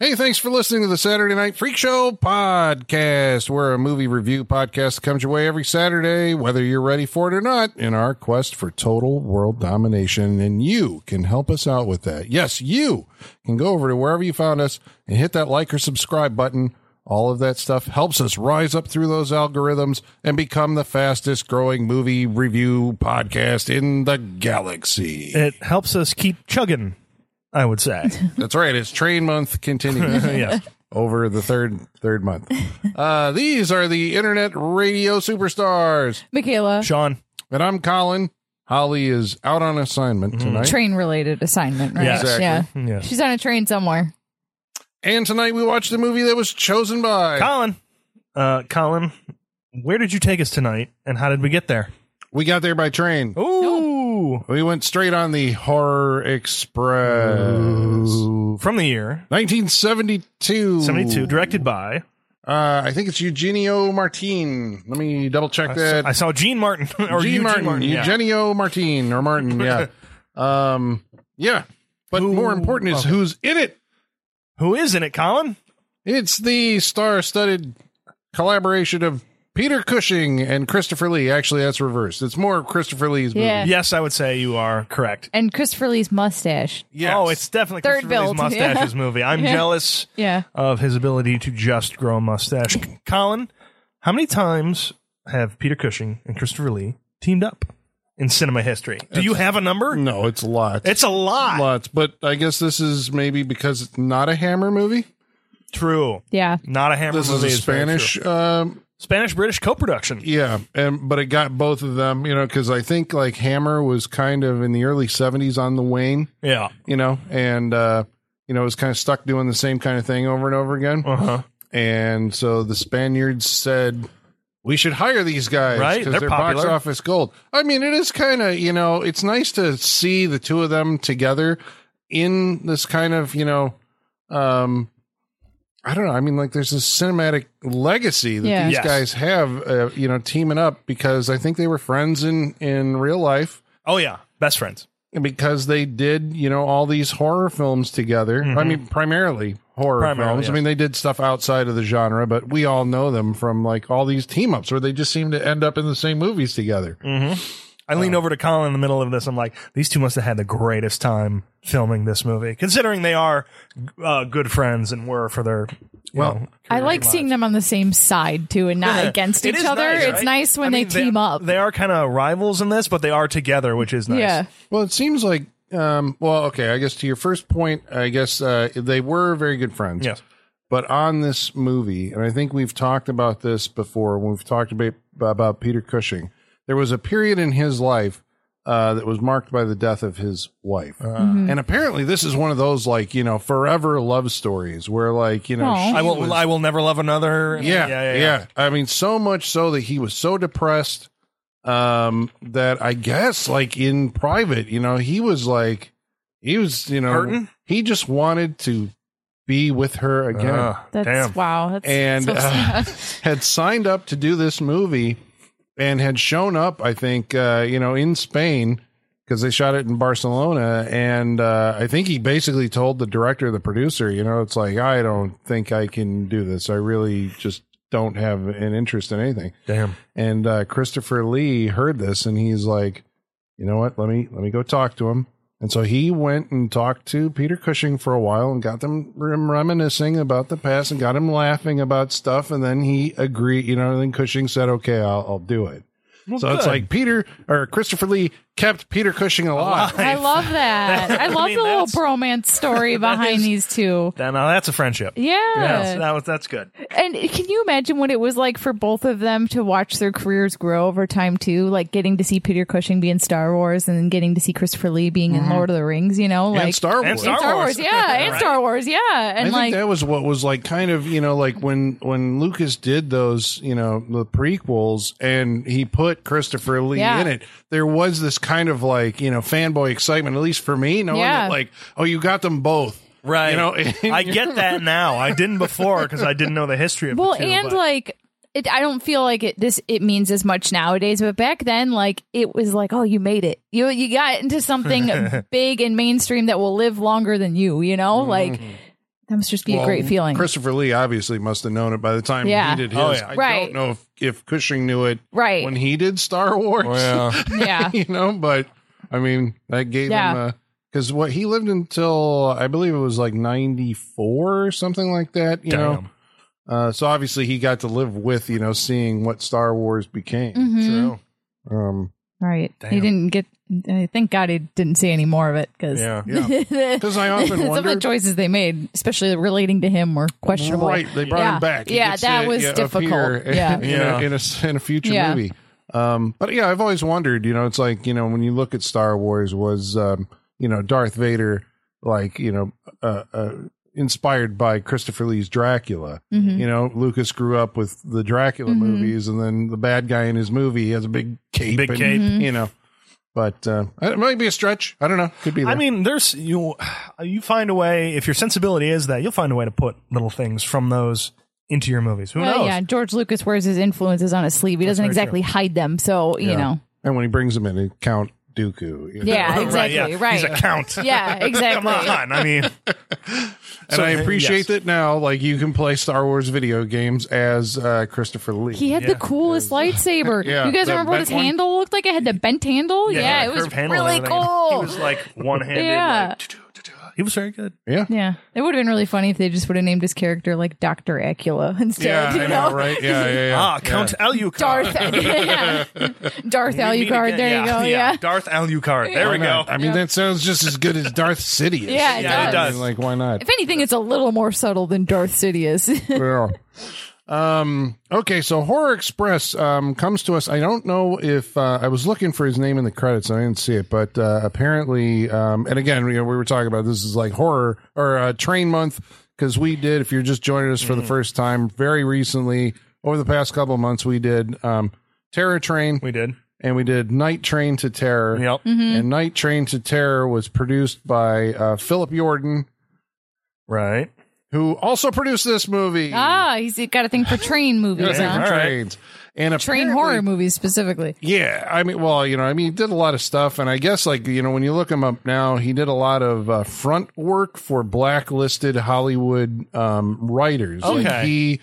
Hey, thanks for listening to the Saturday Night Freak Show podcast. We're a movie review podcast that comes your way every Saturday, whether you're ready for it or not, in our quest for total world domination. And you can help us out with that. Yes, you can go over to wherever you found us and hit that like or subscribe button. All of that stuff helps us rise up through those algorithms and become the fastest growing movie review podcast in the galaxy. It helps us keep chugging, I would say. That's right. It's train month continues. yeah. over the third third month. Uh, these are the internet radio superstars, Michaela, Sean. and I'm Colin. Holly is out on assignment tonight, train related assignment, right? Yeah. Exactly. Yeah. She's on a train somewhere. and tonight we watched the movie that was chosen by. Colin. Uh, Colin, where did you take us tonight and how did we get there? we got there by Oh. train. Ooh. We went straight on the Horror Express, From the year 1972. 72, directed by. Uh, I think it's Eugenio Martin. Let me double check that. I saw Gene Martin. or Gene Eugene Martin, yeah. Eugenio Martin or Martin, yeah. um, yeah. But Who- more important is okay. who's in it. Who is in it, Colin? It's the star-studded collaboration of Peter Cushing and Christopher Lee. Actually, that's reversed. It's more of Christopher Lee's movie. Yeah. Yes, I would say you are correct. And Christopher Lee's mustache. Yes. Oh, it's definitely Third Christopher Lee's build, mustaches yeah. movie. I'm Yeah. jealous Yeah. of his ability to just grow a mustache. Colin, how many times have Peter Cushing and Christopher Lee teamed up in cinema history? Do you have a number? no, it's lots. It's a lot. lots. But I guess this is maybe because it's not a Hammer movie. True. Yeah. Not a hammer. This is movie a very Spanish. true. Um, Spanish British co production. yeah, and but it got both of them. You know, because I think like Hammer was kind of in the early '70s on the wane. Yeah. you know, and uh, you know, was kind of stuck doing the same kind of thing over and over again. Uh huh. And so the Spaniards said, "We should hire these guys, Right, Because they're they're, box popular. office gold." I mean, it is kind of you know, it's nice to see the two of them together in this kind of you know, um, I don't know. I mean, like there's this cinematic legacy that Yeah. these Yes. guys have, uh, you know, teaming up because I think they were friends in in real life Oh, yeah. Best friends. because they did you know all these horror films together i mean primarily horror Mm-hmm. Primarily, films i yes. mean they did stuff outside of the genre but we all know them from like all these team ups where they just seem to end up in the same movies together Mm-hmm. I Oh. lean over to Colin in the middle of this. I'm like, these two must have had the greatest time filming this movie, considering they are uh, good friends and were for their. you Well, know, I like seeing them on the same side too and not against It each is other. nice, it's right? nice when I mean, they team up. They are kind of rivals in this, but they are together, which is nice. Yeah. well it seems like um well okay i guess to your first point i guess uh they were very good friends Yes. but on this movie, and I think we've talked about this before when we've talked about, about Peter Cushing, there was a period in his life uh, that was marked by the death of his wife. And apparently, this is one of those, like, you know, forever love stories where, like, you know, Aw. she I will. was- I will never love another. yeah, yeah, I mean, so much so that he was so depressed um, that I guess, like, in private, you know, he was like, he was, you know, Hurting? he just wanted to be with her again Ah, That's damn. wow. That's and so uh, sad. had signed up to do this movie and had shown up i think uh, you know in spain because they shot it in barcelona and uh, i think he basically told the director the producer you know it's like i don't think i can do this i really just don't have an interest in anything Damn. and uh, christopher lee heard this and he's like you know what let me let me go talk to him and so he went and talked to peter cushing for a while and got them rem- reminiscing about the past and got him laughing about stuff and then he agreed you know and then cushing said okay i'll, I'll do it so it's good. like peter or christopher lee kept peter cushing alive, I love that. I love mean, the little that's- bromance story behind is- these two. That- Now that's a friendship. Yeah. Yes, that was that's good. And can you imagine what it was like for both of them to watch their careers grow over time too? Like getting to see Peter Cushing be in Star Wars and getting to see Christopher Lee being in Lord of the Rings, you know? Like and star wars and Star Star, Wars. Wars. yeah, and Right. Star Wars, yeah. I And think like that was what was like kind of, you know, like when when Lucas did those, you know, the prequels and he put Christopher Lee Yeah. in it, there was this kind of like, you know, fanboy excitement, at least for me, knowing Yeah. that like, oh, you got them both. Right. You know, I get that now. I didn't before because I didn't know the history of Well, the two, and but- like it, I don't feel like it this it means as much nowadays, but back then like it was like, oh, you made it. You you got into something big and mainstream that will live longer than you, you know? Like that must just be a Mm-hmm. Well, great feeling. Christopher Lee obviously must have known it by the time Yeah. he did his. Oh, yeah. I don't Right. know if, if Cushing knew it right. when he did Star Wars. yeah. you know, but I mean, that gave him Yeah. a because what he lived until I believe it was like ninety four or something like that. You know, Damn. uh, so obviously he got to live with you know seeing what Star Wars became. Mhm. True. Um, Right. He Damn. didn't get I thank God he didn't see any more of it because Yeah. because I often some of the wonder. choices they made, especially relating to him, were questionable. Right, they brought Yeah. him back. He Yeah, gets that to, was yeah, difficult. appear Yeah. in, Yeah. A, in a s- in a future Yeah. movie. Um, but yeah, I've always wondered. You know, it's like you know when you look at Star Wars, was um, you know Darth Vader like you know uh, uh, inspired by Christopher Lee's Dracula? Mhm. You know, Lucas grew up with the Dracula Mhm. movies, and then the bad guy in his movie he has a big cape. Big and, cape. Mhm. You know, but uh, it might be a stretch. I don't know. Could be. There. I mean, there's you. You find a way if your sensibility is that you'll find a way to put little things from those into your movies. Who Well, knows? Oh, yeah, George Lucas wears his influences on his sleeve. He doesn't very true. exactly hide them, so you Yeah. know. and when he brings him in, he Count Dooku. you know? Yeah, Right, exactly. yeah. Right. He's a count. Yeah, Come exactly. on. I mean, And I appreciate that now, like you can play Star Wars video games as uh, Christopher Lee. He had the Yeah. coolest lightsaber. Yeah, you guys the remember what bent his one? handle looked like? It had the bent handle. Yeah, yeah, it curved was handle and really everything. He cool. was like one handed. Yeah. he was very good. Yeah. yeah, it would have been really funny if they just would have named his character like Doctor Acula instead. Yeah, you I know, right? Yeah, yeah, yeah. Ah, Count Alucard. Darth, yeah. Darth We meet Alucard. again. There you go. Yeah. Darth Alucard. There we Why go. not? I mean, that sounds just as good as Darth Sidious. Yeah, it Yeah, it does. does. like, why not? If anything, it's a little more subtle than Darth Sidious. Yeah. um, okay, so Horror Express um, comes to us. I don't know if uh, I was looking for his name in the credits and I didn't see it, but uh, apparently, um, and again, you know, we were talking about this is like horror or uh, train month because we did, if you're just joining us for the first time, very recently, over the past couple of months, we did um, Terror Train We did. and we did Night Train to Terror. Yep. Mm. And Night Train to Terror was produced by uh, Philip Jordan, Right. who also produced this movie. ah, he's got a thing for train movies, Thing Yeah. huh? for All right. trains. And Train apparently- horror movies specifically. Yeah, I mean, well, you know, I mean, he did a lot of stuff, and I guess, like, you know, when you look him up now, he did a lot of uh, front work for blacklisted Hollywood um, writers. Like, Okay. he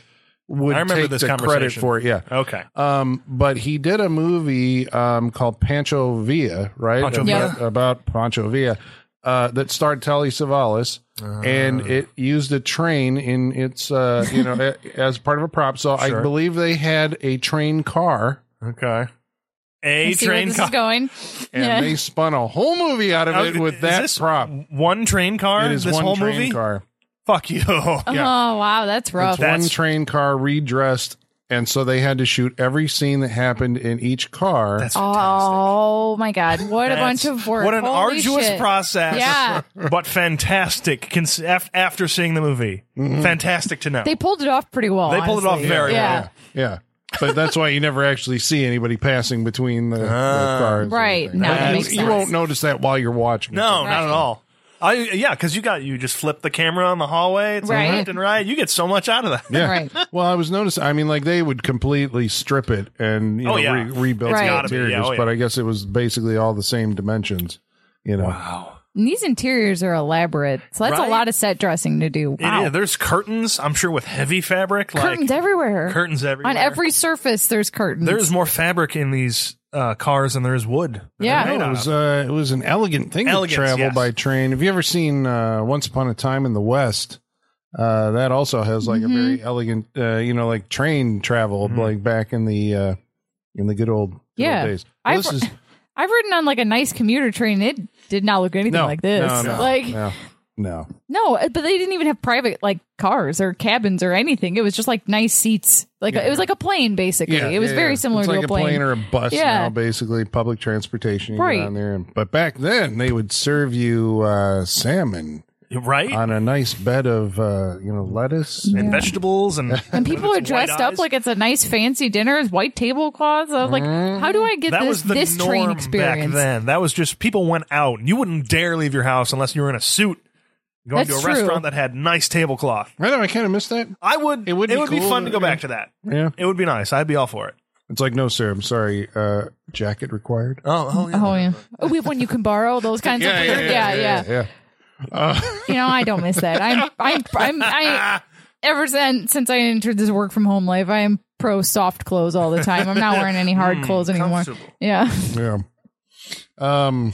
would I remember take this the credit conversation. for it. Yeah. Okay. Um, but he did a movie um, called Pancho Villa, right? Pancho Villa. About, about Pancho Villa uh, that starred Telly Savalas, Ah. and it used a train in its, uh, you know, a- as part of a prop. So I Sure. believe they had a train car, Okay. A You see where train this car. is going. and Yeah. they spun a whole movie out of Oh, it with is that this prop. One train car. It is this one whole train movie. car. Fuck you. Oh wow, that's rough. It's one That's- train car redressed, and so they had to shoot every scene that happened in each car. That's fantastic. Oh my god, what a That's- bunch of work! What an Holy arduous shit. process. Yeah. But fantastic cons- af- after seeing the movie. Mm-hmm. Fantastic to know. They pulled it off pretty well. They pulled it off honestly. very yeah. well. Yeah. But that's why you never actually see anybody passing between the, the Ah. cars. and Right. everything. No, But that you, makes you sense. won't notice that while you're watching. no, Right. not at all. I, yeah, because you got you just flip the camera on the hallway, it's Right. left and right. You get so much out of that. Yeah. Right. Well, I was noticing. I mean, like they would completely strip it and you Oh, know, yeah. re- rebuild It's the gotta be, yeah, interiors, oh, yeah. but I guess it was basically all the same dimensions. You know, Wow. And these interiors are elaborate, so that's Right? a lot of set dressing to do. It Wow, is. There's curtains, I'm sure, with heavy fabric. curtains like, everywhere. Curtains everywhere. on every surface, there's curtains. There is more fabric in these uh, cars than there is wood. that they're Yeah. made No, out it of. was uh, it was an elegant thing Elegance, to travel yes. by train. Have you ever seen uh, Once Upon a Time in the West? Uh, that also has like Mm-hmm. a very elegant, uh, you know, like train travel, like back in the uh, in the good old, good old Yeah. days. Well, I've- this is I've ridden on like a nice commuter train. It did not look anything no, like this. no, no, like no, no. No, uh, but they didn't even have private like cars or cabins or anything. It was just like nice seats. Like it was like a plane basically. it was yeah, very yeah. similar It's to like a plane. or a bus Yeah. now, basically public transportation. You Right. get on there, and, but back then they would serve you uh, salmon right? on a nice bed of uh, you know lettuce. Mm-hmm. and vegetables and and people with are its white dressed up eyes. like it's a nice fancy dinner, it's white tablecloths. I was like, how do I get that this was the this norm train back experience? then. That was just people went out. You wouldn't dare leave your house unless you were in a suit Going That's to a restaurant true. that had nice tablecloth. I know. I kind of missed that. I would. It would be be cool. fun to go back to that. Yeah. It would be nice. I'd be all for it. It's like, no, sir. I'm sorry. Uh, jacket required. Oh, oh yeah. Oh yeah. Oh, we have one you can borrow. Those kinds of yeah, yeah, yeah. You know, I don't miss that. I'm I'm I'm I ever since since I entered this work from home life, I am pro soft clothes all the time. I'm not wearing any hard clothes anymore. comfortable. Yeah. Yeah. Um,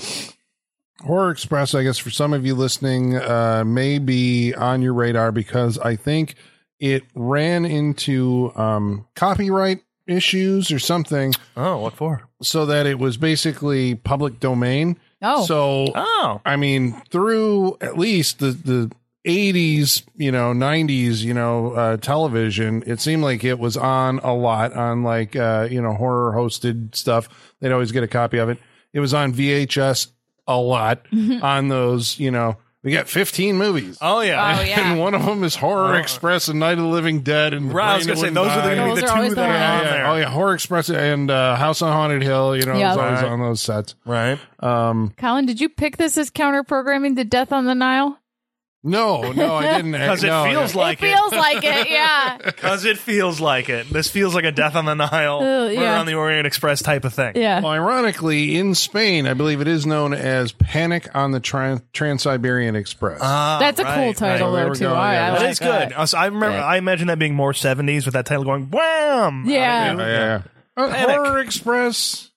Horror Express, I guess for some of you listening, uh, may be on your radar because I think it ran into um, copyright issues or something Oh, what for? so that it was basically public domain. Oh. So Oh, I mean, through at least the the eighties, you know, nineties, you know, uh, television, it seemed like it was on a lot on like uh, you know horror hosted stuff. They'd always get a copy of it. It was on VHS a lot on those. You know, we got fifteen movies. oh yeah. Mm-hmm. Oh, yeah. And one of them is Horror Express and Night of the Living Dead. And The Oh. Right, I was Brain gonna That say those are Wouldn't going to be Those the are always two the that ones. are on Die. there. Oh yeah, Horror Express and uh, House on Haunted Hill. You know, it Yeah. was always Right. on those sets. Right. Colin, did you pick this as counter programming to Death on the Nile? No, no, I didn't. Because it no, feels like it feels like it, yeah. Because it feels like it. This feels like a Death on the Nile, Oh, Murder yeah. on the Orient Express type of thing. Yeah. Well, ironically, in Spain, I believe it is known as Panic on the Tran- Trans Siberian Express. Ah, That's a cool right, title right. though We're too. going, I, yeah, I that That like is good. Uh, so I remember. Yeah. I imagine that being more '70s with that title going wham. out of Yeah. you. yeah. yeah. Uh, Panic. Horror Express.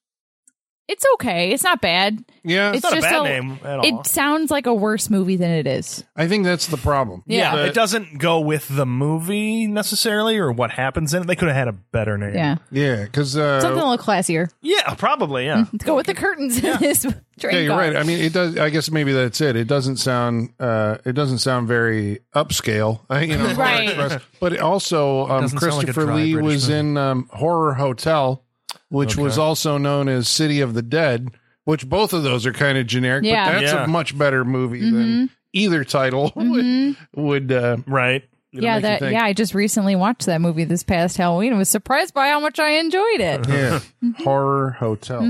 It's okay. It's not bad. Yeah, It's Not a just bad a- name at all. It sounds like a worse movie than it is. I think that's the problem. Yeah. yeah, But- it doesn't go with the movie necessarily or what happens in it. They could have had a better name. Yeah. yeah, because uh, Something a little classier. yeah, probably. Yeah, Let's go with the curtains in this train yeah, you're car. right. I mean, it does. I guess maybe that's it. It doesn't sound. Uh, it doesn't sound very upscale. I- You know, Horror Right. Express. But also, um, doesn't sound like a Christopher dry Lee British was movie. in um, Horror Hotel, which was also known as City of the Dead. Which both of those are kind of generic, Yeah. Mm-hmm. but that's Yeah. a much better movie than either title would. would uh, right. yeah, make you that think. yeah, I just recently watched that movie this past Halloween and was surprised by how much I enjoyed it. yeah, horror hotel.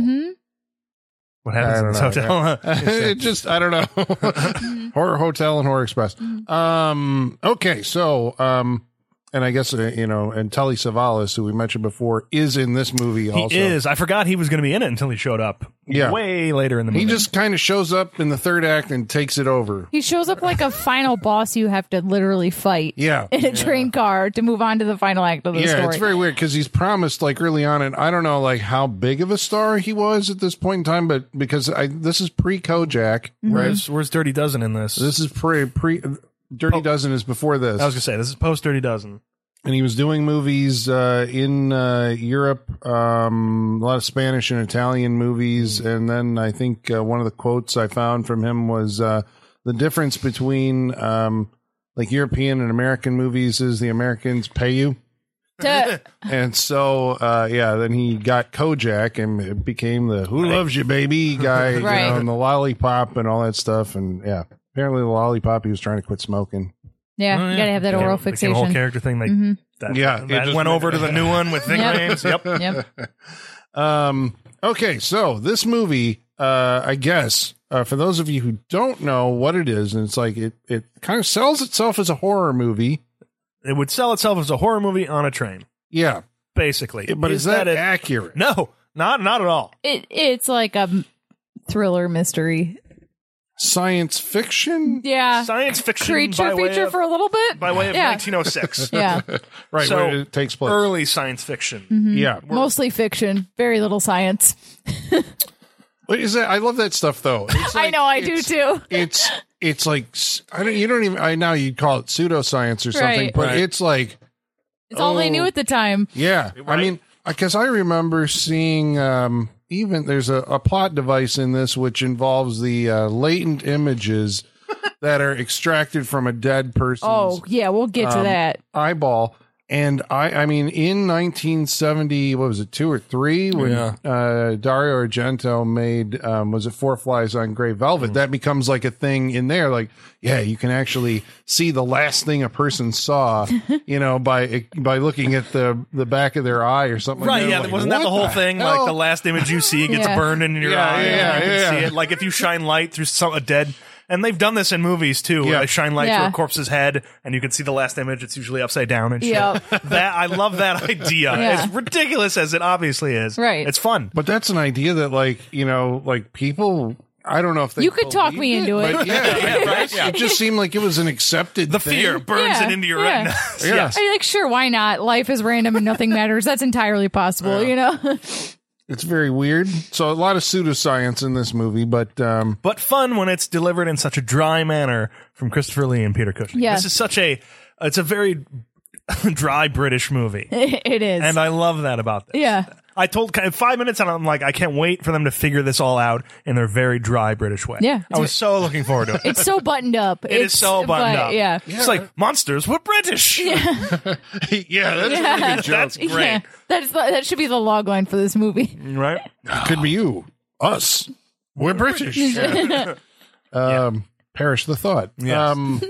What I happens in don't this know. hotel? it just I don't know. horror hotel and horror express. Um. Okay. So. Um. And I guess uh, you know, and Telly Savalas, who we mentioned before, is in this movie. he also, is. I forgot he was going to be in it until he showed up. Yeah. way later in the movie. He just kind of shows up in the third act and takes it over. He shows up like a final boss you have to literally fight Yeah. in a train car to move on to the final act of the Yeah, story. it's very weird because he's promised like early on, and I don't know like how big of a star he was at this point in time, but because I this is pre Kojak, right? where's, where's Dirty Dozen in this? This is pre pre Dirty Dozen is before this. I was gonna say this is post Dirty Dozen. and he was doing movies uh, in uh, Europe, um, a lot of Spanish and Italian movies. And then I think uh, one of the quotes I found from him was uh, the difference between um, like European and American movies is the Americans pay you. To- And so, uh, yeah, then he got Kojak and it became the Who Loves You Baby guy you know, Right. and the lollipop and all that stuff. And yeah, apparently the lollipop, he was trying to quit smoking. yeah, Oh, you gotta have that Became- oral became a whole fixation. Mm-hmm. character thing. Like that, Yeah, it that just- went over to the new one with Yep. nicknames. yep. Yep. Um, okay, so this movie, uh, I guess, uh, for those of you who don't know what it is, and it's like it, it kind of sells itself as a horror movie. It would sell itself as a horror movie on a train, Yeah, basically. but is, that, it? accurate? No, not not at all. It it's like a m- thriller mystery. Science fiction, Yeah. Science fiction by Creature way feature of- for a little bit. by way of yeah. 1906. yeah. right? So- where it takes um, place. Early science fiction. yeah, Mostly fiction, very little science. what is that? I love that stuff though. It's I like- know I do it's- too. It's it's like s- I don't you don't even I now you'd call it pseudoscience or something, Right. but Right. it's like It's all they knew at the time. Yeah. I mean, because I remember seeing um, even there's a, a plot device in this which involves the uh, latent images that are extracted from a dead person's Oh yeah, we'll get to that. eyeball. And I, I mean, in 1970, what was it, two or three, when uh, Dario Argento made, um, was it Four Flies on Grey Mm. Velvet? That becomes like a thing in there. Like, yeah, you can actually see the last thing a person saw, you know, by by looking at the the back of their eye or something. Right, like yeah. that. Like, wasn't that what the whole thing? Like hell? the last image you see gets Yeah. burned in your Yeah, eye. yeah, and you yeah, can yeah. see it. Like if you shine light through some a dead And they've done this in movies too, where Yeah. they shine light Yeah. through a corpse's head, and you can see the last image. It's usually upside down and shit. Yep. that I love that idea. Yeah. As ridiculous as it obviously is, Right. It's fun. But that's an idea that, like, you know, like people. I don't know if they You could talk believe me into it. but yeah, Yeah, right? Yeah. it just seemed like it was an accepted The thing. fear burns Yeah, it into your yeah. retina. Yes. I'm like, sure, why not? Life is random and nothing matters. That's entirely possible, you know? It's very weird. So a lot of pseudoscience in this movie, but um, but fun when it's delivered in such a dry manner from Christopher Lee and Peter Cushing. Yeah. This is such a it's a very dry British movie. it is. And uh, I love that about this. yeah. I told Ky- five minutes, and I'm like, I can't wait for them to figure this all out in their very dry British way. Yeah. I was so looking forward to it. It's so buttoned up. It is so buttoned but, up. Yeah. It's like monsters were British. yeah, that's a really good joke. That's great. Yeah. That's the, that should be the log line for this movie. Right? could be you, us. We're British. um, perish the thought. Yes. Um,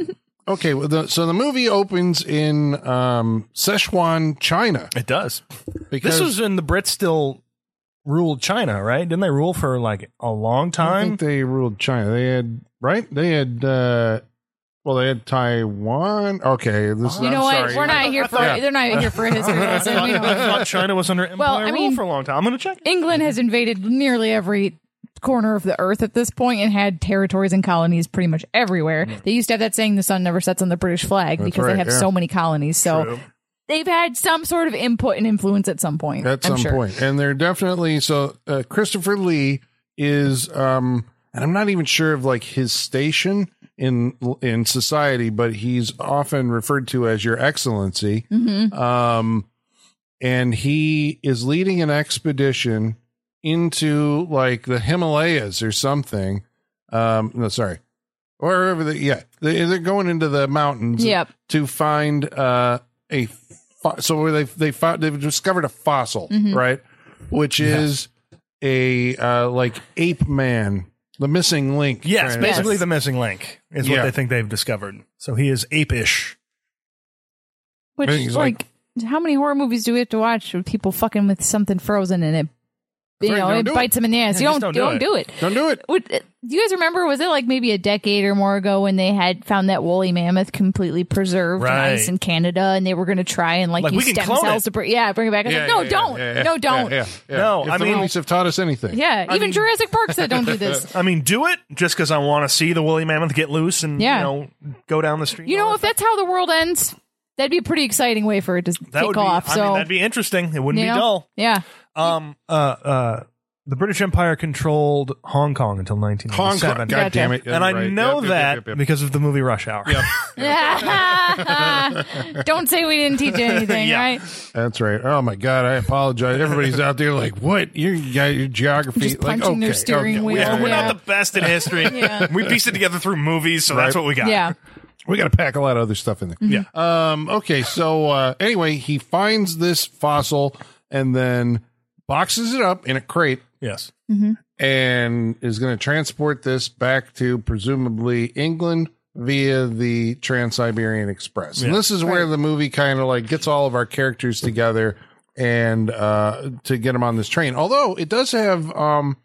okay, well, the, so the movie opens in um, Sichuan, China. It does. Because This was when the Brits still ruled China, right? Didn't they rule for like a long I time? think they ruled China. They had right. They had. Uh, well, they had Taiwan. Okay, this. You I'm know sorry. what? We're not here for they're not here for history lesson. I We thought- I don't- thought China was under empire Well, I rule mean- for a long time. I'm going to check. England has invaded nearly every corner of the earth at this point and had territories and colonies pretty much everywhere. Mm-hmm. They used to have that saying the sun never sets on the British flag because right, they have yeah. so many colonies. So True. they've had some sort of input and influence at some point. at I'm some sure. point. and they're definitely so. Uh, Christopher Lee is, um, and I'm not even sure of like his station in in society, but he's often referred to as Your Excellency. Mm-hmm. Um, and he is leading an expedition into like the Himalayas or something. Um, no, sorry. Or wherever the yeah, they, they're going into the mountains Yep. to find uh, a fo- so where they they found they've discovered a fossil Mm-hmm. right, which is a uh, like ape man, the missing link. Yes, Right. basically Yes. the missing link is Yeah. what they think they've discovered. So he is apish. Which I think he's like, how many horror movies do we have to watch with people fucking with something frozen in it? You right, know, don't it do bites them in the ass. Yeah, you just don't, don't you do don't it. do it. Don't do it. Would, uh, do you guys remember? Was it like maybe a decade or more ago when they had found that woolly mammoth completely preserved and Right. ice in Canada, and they were going to try and like, Like, use we can stem clone cells it. to bring, yeah, bring it back? I was like, no, don't, no, don't. Yeah, yeah. Yeah, No, If I the mean- movies have taught us anything. even mean- Jurassic Park said don't do this. I mean, do it just because I want to see the woolly mammoth get loose and Yeah. you know go down the street. You and all know, if that's how the world ends, that'd be a pretty exciting way for it to that would take be, off. I so mean, that'd be interesting. It wouldn't you be know? dull. Yeah, Um, uh, uh, the British Empire controlled Hong Kong until Hong Kong. 1997, God Gotcha. damn it. and I Right. know Yep, yep, that yep, yep, yep. because of the movie Rush Hour. don't say we didn't teach you anything, Yeah. right? That's right. Oh my god, I apologize. Everybody's out there like, what? You got your geography Just like punching their steering wheel. yeah, We're Yeah. not the best in history. We pieced it together through movies, so that's Right. what we got. Yeah. We got to pack a lot of other stuff in there. Yeah. Um. Okay. So uh, anyway, he finds this fossil and then boxes it up in a crate Yes. and is going to transport this back to presumably England via the Trans-Siberian Express. And Yeah. this is where the movie kind of like gets all of our characters together and uh to get them on this train. Although it does have um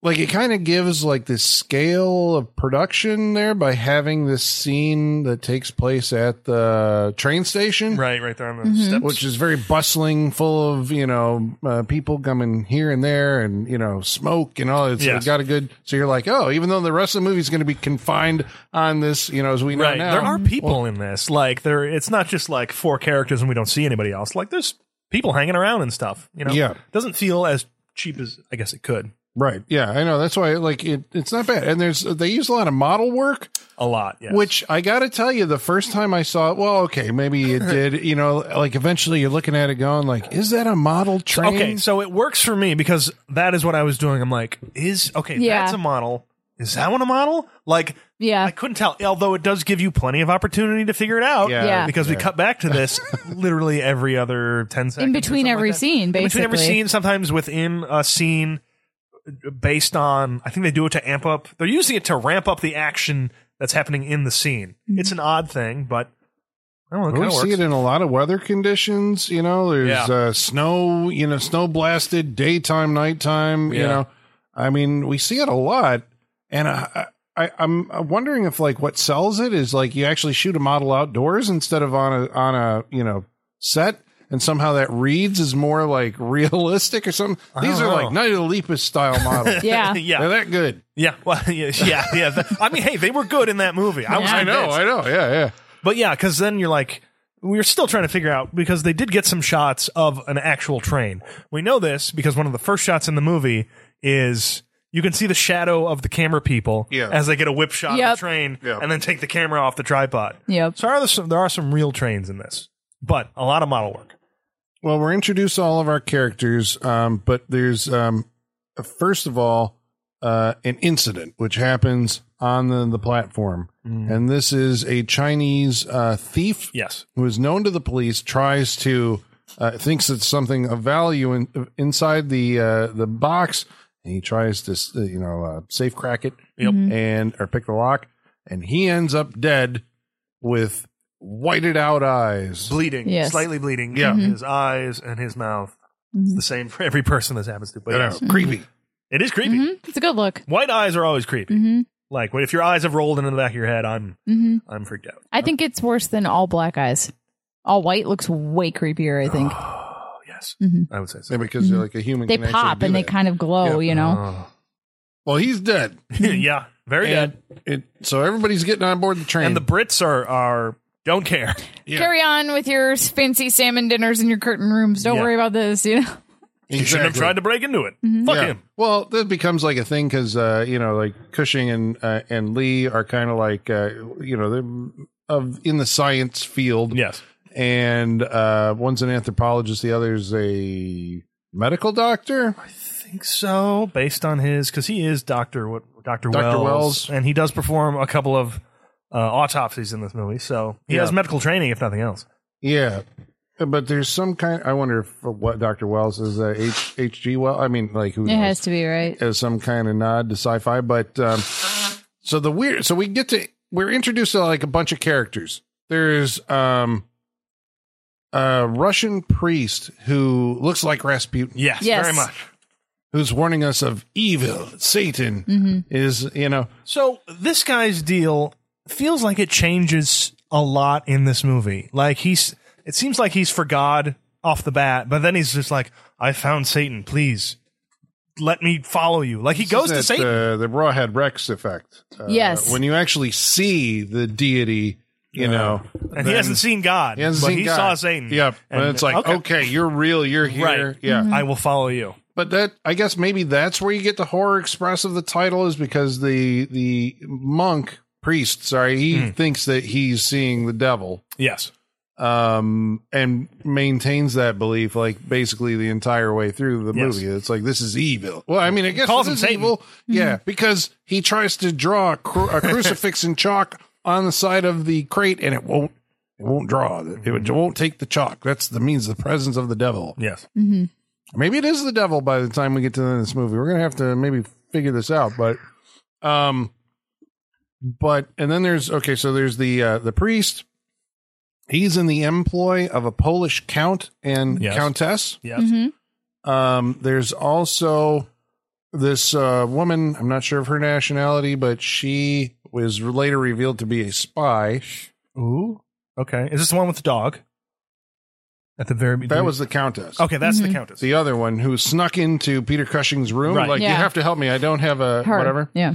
like it kind of gives like this scale of production there by having this scene that takes place at the train station Right, right there on the Mm-hmm. steps. which is very bustling, full of you know uh, people coming here and there, and you know smoke and all. It's Yes. it's got a good. So you're like, oh, even though the rest of the movie's going to be confined on this, you know, as we know right. now, There are people in this. Like there it's not just like four characters and we don't see anybody else. Like there's people hanging around and stuff, you know. Yeah. Doesn't feel as cheap as I guess it could. right? Yeah, I know. That's why like it, it's not bad. And there's they use a lot of model work, A lot, yes. which I got to tell you, the first time I saw it, well, okay, maybe it did. You know, like eventually you're looking at it going, like, is that a model train? Okay, so it works for me because that is what I was doing. I'm like, is okay, Yeah. that's a model. Is that one a model? Like Yeah. I couldn't tell, although it does give you plenty of opportunity to figure it out. Yeah. Yeah. Because we Yeah. cut back to this literally every other 10 seconds. or in between something every like that. scene, In basically. between every scene, sometimes within a scene uh, based on, I think they do it to amp up. They're using it to ramp up the action that's happening in the scene. Mm-hmm. It's an odd thing, but I don't know. It We kinda see it works. in a lot of weather conditions. You know, there's Yeah. uh, snow. You know, snow blasted daytime, nighttime. You Yeah. know, I mean, we see it a lot, and I, I- I, I'm I'm wondering if like what sells it is like you actually shoot a model outdoors instead of on a on a you know set, and somehow that reads is more like realistic or something. These are don't like know. Night of the Lepus style models. Yeah. They're yeah, that good. yeah, well, yeah, yeah, yeah. Th- I mean, hey, they were good in that movie. I was Yeah. I convinced. I know. Yeah, yeah. But yeah, because then you're like, we are still trying to figure out because they did get some shots of an actual train. We know this because one of the first shots in the movie is you can see the shadow of the camera people Yeah. as they get a whip shot of Yep. the train Yeah. and then take the camera off the tripod. Yep. So there are some, there are some real trains in this, but a lot of model work. Well, we're introduced to all of our characters, um, but there's um, first of all uh, an incident which happens on the, the platform, and this is a Chinese uh, thief Yes. who is known to the police tries to uh, thinks it's something of value in, inside the uh, the box, and he tries to uh, you know uh, safe crack it Yep. and or pick the lock, and he ends up dead with whited out eyes. Bleeding, Yes. Mm-hmm. slightly bleeding. Yeah. in his eyes and his mouth. It's the same for every person this happens to. But I yes, don't know, creepy. it is creepy. hmm It's a good look. White eyes are always creepy. hmm Like, what if your eyes have rolled into the back of your head? I'm, hmm I'm freaked out. I think it's worse than all black eyes. All white looks way creepier. I think Oh, yes, Mhm. I would say so. Yeah, because they're like a human. they can actually pop do and they that. kind of glow. Yeah. You Uh-huh. know. Well, he's dead. yeah, very And good. it, so everybody's getting on board the train. And the Brits are are don't care. Yeah. Carry on with your fancy salmon dinners in your curtain rooms. Don't Yeah. worry about this. You know. You shouldn't have Exactly. tried to break into it. Mm-hmm. Fuck Yeah. him. Well, that becomes like a thing because uh, you know, like Cushing and uh, and Lee are kind of like uh, you know they're of in the science field. Yes. and uh, one's an anthropologist, the other's a medical doctor. I think so, based on his because he is Doctor what Doctor Dr. Wells, Wells. and he does perform a couple of uh, autopsies in this movie. So he Yeah. has medical training, if nothing else. Yeah. But there's some kind. I wonder if what Dr. Wells is uh, H, H.G. Well, I mean, like who It knows? has to be right. as some kind of nod to sci-fi. But um, so the weird, so we get to we're introduced to like a bunch of characters. There's um, a Russian priest who looks like Rasputin, Yes, Yes. very much. who's warning us of evil. Satan is, you know, So this guy's deal feels like it changes a lot in this movie. Like he's, it seems like he's for God off the bat, but then he's just like, "I found Satan. Please let me follow you." Like he goes to that, Satan. uh, the rawhead Rex effect. Uh, Yes. when you actually see the deity, you know, and he hasn't seen God, he hasn't but seen he God. saw Satan. Yep, and, it's like okay. you're real, you're here, Right. yeah. I will follow you. But that I guess maybe that's where you get the horror express of the title is because the the monk priest, sorry, he Hmm. thinks that he's seeing the devil Yes, um and maintains that belief like basically the entire way through the Yes. movie. It's like this is evil. Well, I mean, I guess Calls this him is Satan. evil. Yeah, because he tries to draw a, cru- a crucifix in chalk on the side of the crate and it won't it won't draw. Mm-hmm. It won't take the chalk. That's the means the presence of the devil. yes. Maybe it is the devil by the time we get to the end of this movie. We're gonna have to maybe figure this out, but um but and then there's okay, so there's the uh the priest. He's in the employ of a Polish count and Yes. countess. Yes. Um there's also this uh woman, I'm not sure of her nationality, but she was later revealed to be a spy. Ooh. Okay. Is this the one with the dog? At the very That was the countess. okay. That's the countess. The other one who snuck into Peter Cushing's room, Right. like you Yeah. have to help me. I don't have a Her. whatever. Yeah.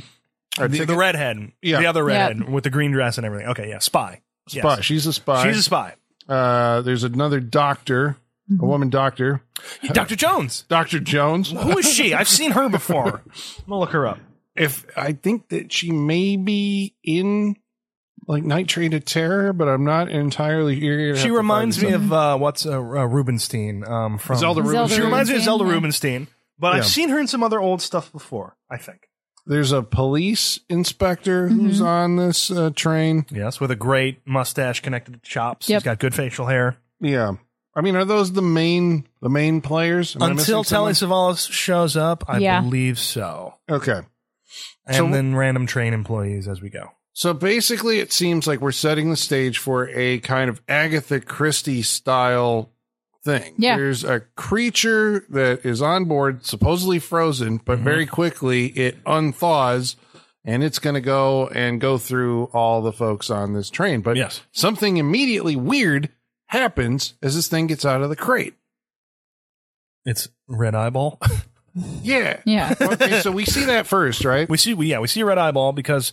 Our the, ticket. the redhead, Yeah. the other Yeah. redhead with the green dress and everything. Okay, yeah, spy. Yes. spy. She's a spy. She's a spy. uh, there's another doctor, a woman doctor, Dr. Jones. Doctor Jones. Who is she? I've seen her before. I'm gonna look her up. If I think that she may be in like Night Train to Terror, but I'm not entirely. you're gonna have She to find reminds me some- of uh, what's uh, uh, Rubenstein um, from Zelda Zelda Rubinstein. She reminds me of Zelda Rubinstein, yeah. Rubenstein, but Yeah. I've seen her in some other old stuff before. I think. There's a police inspector who's on this uh, train. Yes, with a great mustache connected to chops. Yep. He's got good facial hair. Yeah. I mean, are those the main the main players? Am I Until missing someone? Telly Savalas shows up, I Yeah. believe so. Okay. And So- then random train employees as we go. So basically, it seems like we're setting the stage for a kind of Agatha Christie style thing. Yeah. There's a creature Mm-hmm. that is on board, supposedly frozen, but very quickly it unthaws and it's going to go and go through all the folks on this train. But Yes. something immediately weird happens as this thing gets out of the crate. It's red eyeball. Yeah. Yeah. okay, so we see that first, right? We see, we, yeah, we see a red eyeball because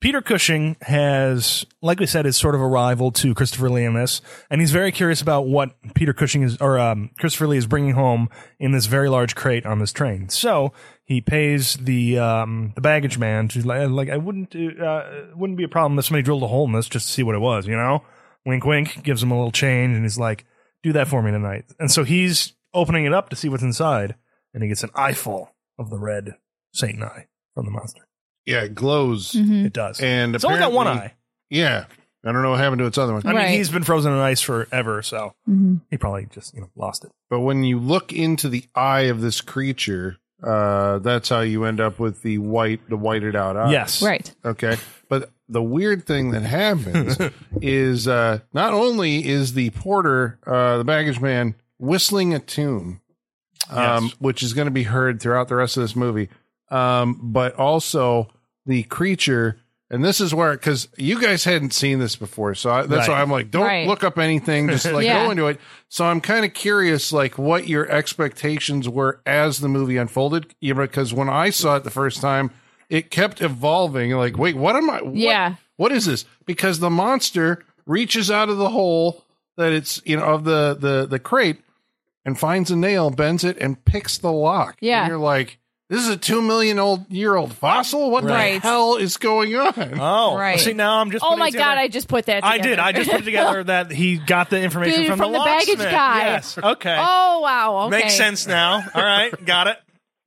Peter Cushing has, like we said, is sort of a rival to Christopher Lee in this, and he's very curious about what Peter Cushing is or um, Christopher Lee is bringing home in this very large crate on this train. So he pays the um, the baggage man to like, like I wouldn't uh, it wouldn't be a problem if somebody drilled a hole in this just to see what it was, you know. Wink, wink. Gives him a little change, and he's like, "Do that for me tonight." And so he's opening it up to see what's inside, and he gets an eyeful of the red Satan eye from the monster. Yeah, it glows. Mhm. It does. And It's only got one apparently- eye. Yeah. I don't know what happened to its other one. I Right. mean, he's been frozen in ice forever, so Mhm. he probably just you know lost it. But when you look into the eye of this creature, uh, that's how you end up with the white, the whited out eye. yes, Right. Okay. But the weird thing that happens is uh, not only is the porter, uh, the baggage man, whistling a tune, um, Yes. which is going to be heard throughout the rest of this movie, um, but also the creature. And this is where, because you guys hadn't seen this before, so I, that's Right. why I'm like, don't Right. look up anything, just like Yeah. go into it. So I'm kind of curious, like what your expectations were as the movie unfolded, you know, because when I saw it the first time, it kept evolving. Like, wait, what am I? what- Yeah. what is this? Because the monster reaches out of the hole that it's you know of the the the crate and finds a nail, bends it, and picks the lock. Yeah. and you're like. This is a two million old year old fossil. What the Right. hell is going on? Oh, Right. See, now I'm just. Oh putting my together- god! I just put that. I Together. did. I just put together that he got the information Dude, from, from the baggage locksmith. guy. Yes. Okay. oh wow. Okay. Makes sense now. All right. Got it.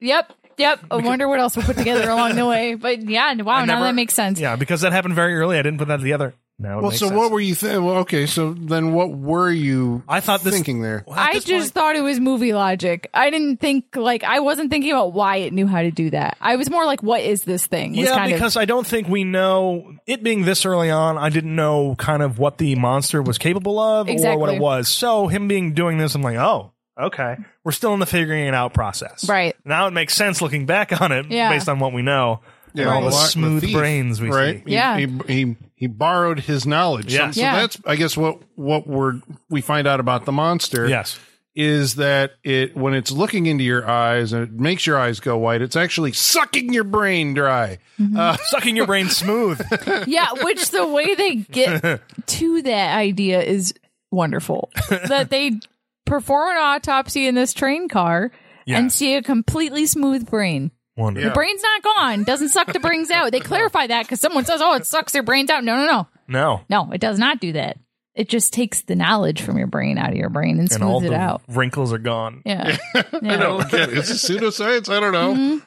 Yep. Yep. I wonder what else we put together along the way. But yeah. Wow. I Oh, now never- that makes sense. Yeah, because that happened very early. I didn't put that together. Now. it well, makes so sense. what were you thinking? Well, okay, so then what were you? I thought this- thinking there. Well, at I this point- just thought it was movie logic. I didn't think like I wasn't thinking about why it knew how to do that. I was more like, "What is this thing?" Was Yeah, kind of- because I don't think we know it being this early on. I didn't know kind of what the monster was capable of or what Exactly. it was. So him being doing this, I'm like, oh, okay. We're still in the figuring it out process, Right. Now it makes sense looking back on it Yeah. based on what we know. and all well, the Lock- smooth thief, brains we right? see. He- Yeah. he, he he borrowed his knowledge. So- Yeah. So, Yeah. that's I guess what what we're we find out about the monster. Yes, is that it when it's looking into your eyes and it makes your eyes go white, it's actually sucking your brain dry. sucking your brain smooth. yeah, which the way they get to that idea is wonderful. that they perform an autopsy in this train car and see a completely smooth brain. Wonderful. Yeah. Brain's not gone. Doesn't suck the brains out. They clarify that because someone says, "Oh, it sucks your brains out." No, no, no, No, no. It does not do that. It just takes the knowledge from your brain out of your brain and and all smooths it the out. wrinkles are gone. Yeah. I don't get it. Is it pseudoscience? I don't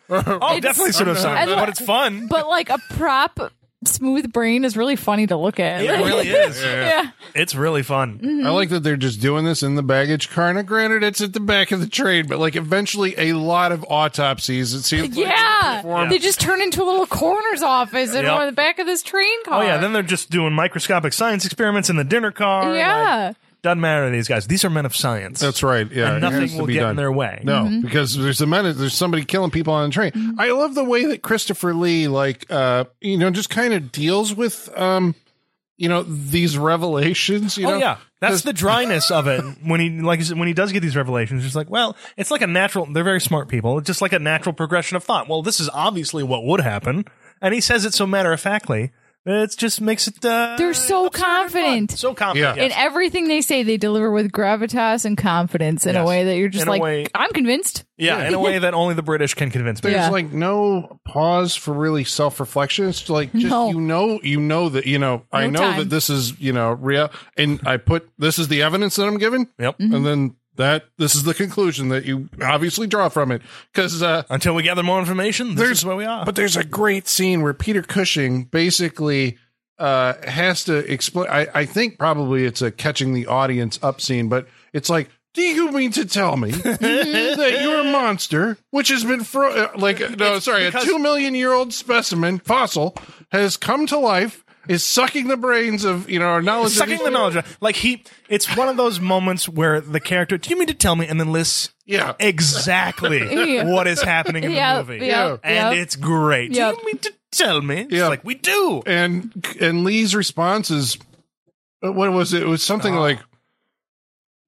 Mm-hmm. know. Oh, It's- definitely I pseudoscience, lo- but it's fun. but like a prop smooth brain is really funny to look at. It really is. yeah. It's really fun. I like that they're just doing this in the baggage car. Now, granted, it's at the back of the train, but like eventually a lot of autopsies, it seems like, Yeah. performed. They just turn into a little coroner's office in Yep. one of the back of this train Oh car. yeah, then they're just doing microscopic science experiments in the dinner car. like, yeah. doesn't matter to these guys. These are men of science. That's right. Yeah. And it has nothing to will be get done. in their way. No, Mm-hmm. because there's a menace. There's somebody killing people on the train. I love the way that Christopher Lee, like, uh, you know, just kind of deals with, um, you know, these revelations. You oh know? yeah, that's 'Cause- the dryness of it. When he like you said, when he does get these revelations, it's like, well, it's like a natural. They're very smart people. It's just like a natural progression of thought. Well, this is obviously what would happen, and he says it so matter of factly. It just makes it. Uh, They're so absurd and fun. confident. So confident. Yeah. In yes. everything they say, they deliver with gravitas and confidence in a Yes. way that you're just In a like, way- I'm convinced. yeah, in a way that only the British can convince me. There's Yeah. like no pause for really self reflection. It's like just No. you know, you know that you know. I No know time. that this is you know real, and I put this is the evidence that I'm given. Yep. Mm-hmm. and then that this is the conclusion that you obviously draw from it because uh, Until we gather more information, this There's- is where we are. But there's a great scene where Peter Cushing basically uh, has to explain. I, I think probably it's a catching the audience up scene, but it's like, do you mean to tell me that your monster, which has been fro- uh, like uh, no, sorry, a because- two million year old specimen fossil, has come to life, is sucking the brains of you know our knowledge, of sucking these- the knowledge. out. Like he, it's one of those moments where the character. Do you mean to tell me? And then lists Yeah. exactly Yeah. what is happening in Yeah. the movie. Yeah. And yeah. it's great. Yep. Do you mean to tell me. It's Yeah. like we do. and and Lee's response is, uh, what was it? It was something Oh. like,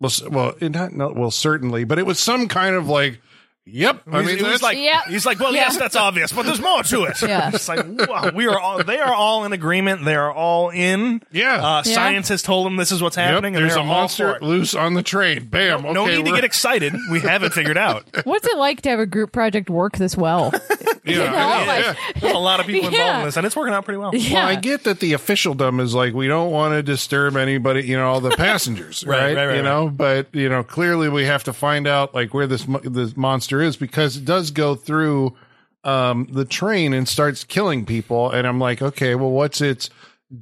well, s- well, it not, no, well, certainly, but it was some kind of like, yep. I He's- mean, he was that's like, Yeah. he's like, well, Yeah. yes, that's obvious, but there's more to it. Yeah. it's like wow, we are all they are all in agreement. They are all in. yeah. Uh, Yeah. Science has told them this is what's Yep, happening, and there's they're a monster All for it. loose on the train. Bam. No okay, need to we're- get excited. We have it figured out. What's it like to have a group project work this well? yeah, you know, yeah, like- yeah. There's a lot of people involved Yeah. in this, and it's working out pretty well. Yeah. Well, I get that the officialdom is like we don't want to disturb anybody, you know, all the passengers, right, Right, right, right, You know, but you know, clearly we have to find out like where this mo- this monster is because it does go through um the train and starts killing people and I'm like, okay, well what's its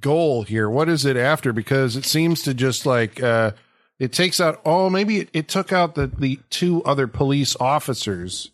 goal here? What is it after because it seems to just like uh it takes out oh maybe it, it took out the the two other police officers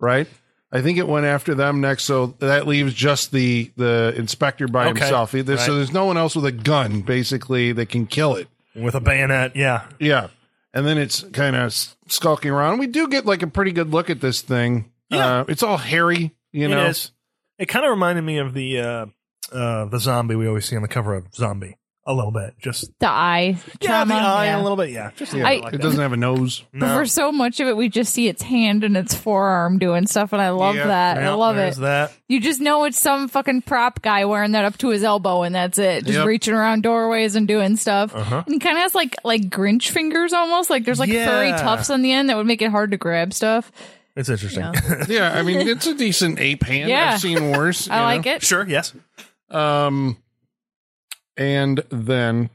right? I think it went after them next, so that leaves just the the inspector by Okay, himself. He- there- So right. there's no one else with a gun, basically, that can kill it. With a bayonet, yeah. Yeah, and then it's kind of skulking around. We do get like a pretty good look at this thing. Yeah. Uh, it's all hairy, you know. it is. It kind of reminded me of the uh, uh, the zombie we always see on the cover of Zombie a little bit, just the eye yeah, the trauma. eye yeah. a little bit, yeah, just a Yeah, I- little bit like it that. doesn't have a nose. But No. For so much of it, we just see its hand and its forearm doing stuff, and I love Yeah, that. Yeah, I love there's it. That You just know it's some fucking prop guy wearing that up to his elbow, and that's it. Just Yep. reaching around doorways and doing stuff. Uh-huh. And kind of has like like Grinch fingers almost. Like there's like furry Yeah. tufts on the end that would make it hard to grab stuff. it's interesting. Yeah, I mean it's a decent ape hand. Yeah. I've seen worse. I you like know? it. sure, yes. Um, and then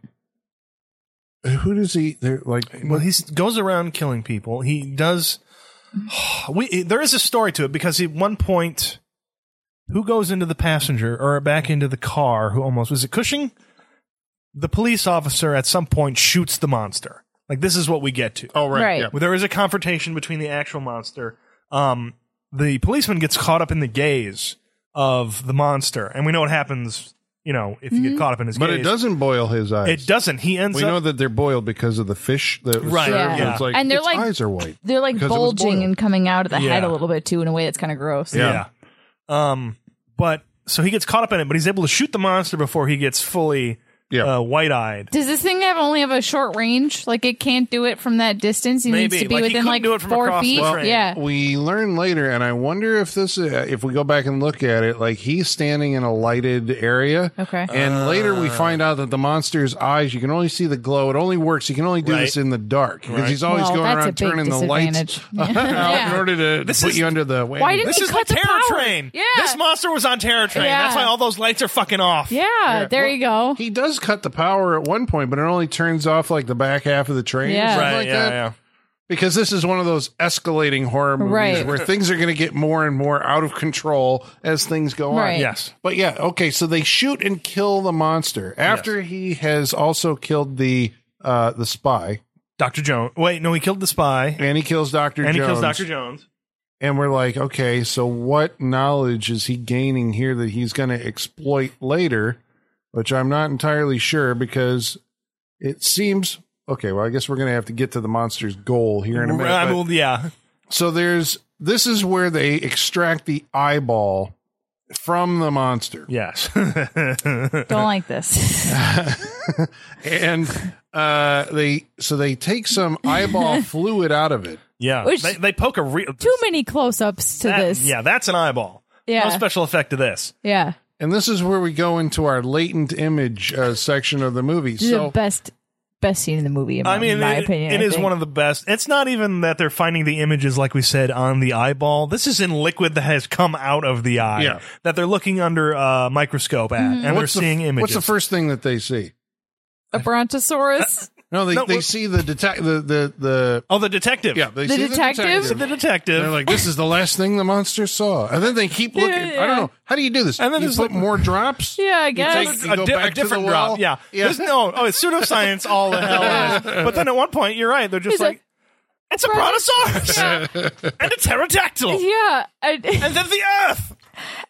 who does he? They're like Well, he goes around killing people. He does. We there is a story to it because at one point, who goes into the passenger or back into the car? Who almost was it Cushing? The police officer at some point shoots the monster. Like this is what we get to. oh right, Right. yeah. Well, there is a confrontation between the actual monster. Um, the policeman gets caught up in the gaze of the monster, and we know what happens. You know, if you Mm-hmm. get caught up in his But gaze, it doesn't boil his eyes. It doesn't. He ends We up. know that they're boiled because of the fish that was Right, served. yeah. It's like, And they're its like- eyes are white. They're like Because it was bulging boiled. and coming out of the head a Yeah. little bit too in a way that's kind of gross. Yeah. Um, but so he gets caught up in it, but he's able to shoot the monster before he gets fully Yeah. uh, white eyed. Does this thing have only have a short range? Like it can't do it from that distance. It Maybe. needs to be Like, he within couldn't like do it from four across the feet. train. yeah. we learn later, and I wonder if this, uh, if we go back and look at it, like he's standing in a lighted area. Okay. And later we find out that the monster's eyes, you can only see the glow. It only works. You can only do Right. this in the dark because he's always Well, going that's a around big turning the lights out disadvantage. Yeah. in order to This put is- you under the whammy. Why didn't This He is cut like the Terror power. Train. Yeah. This monster was on Terror Train. Yeah. That's why all those lights are fucking off. Yeah, uh, uh, there well, you go. He does cut the power at one point, but it only turns off like the back half of the train. or Yeah. something Right. like yeah. that. Yeah. because this is one of those escalating horror movies Right. where things are going to get more and more out of control as things go Right. on. Yes. But yeah, okay, so they shoot and kill the monster after he has also killed the uh the spy Dr. Jones. Wait, no, he killed the spy. and he kills Dr. and Jones. he kills Dr. Jones. And we're like, okay, so what knowledge is he gaining here that he's going to exploit later, which I'm not entirely sure because it seems okay, well I guess we're going to have to get to the monster's goal here in a minute. I but- will- Uh, yeah. so there's this is where they extract the eyeball from the monster. Yes. Don't like this. and uh they so they take some eyeball fluid out of it. yeah. Which- they, they poke a real. Too many close ups to that- this. Yeah, that's an eyeball. Yeah. No special effect to this. Yeah. And this is where we go into our latent image uh, section of the movie. This is the So best best scene in the movie in my, I mean, in my it- opinion. it is one of the best. It's not even that they're finding the images, like we said, on the eyeball. This is in liquid that has come out of the eye Yeah. that they're looking under a microscope Mm-hmm. at, and what's they're the- seeing images. What's the first thing that they see? a brontosaurus. No, they, No, they what- see the detect the the the Oh, the detective. yeah, they The see the So detective? detective. the detective. They're like, this is the last thing the monster saw, and then they keep looking. I don't yeah. know how do you do this. And then you there's put like- more drops. yeah, I guess. take- you a, go di- a back to the different wall. drop. Yeah. Yeah. There's no. Oh, it's pseudoscience. All the hell. it is. But then at one point, you're right. They're just He's like, like, it's a brontosaurus and a pterodactyl yeah. And, and then the earth.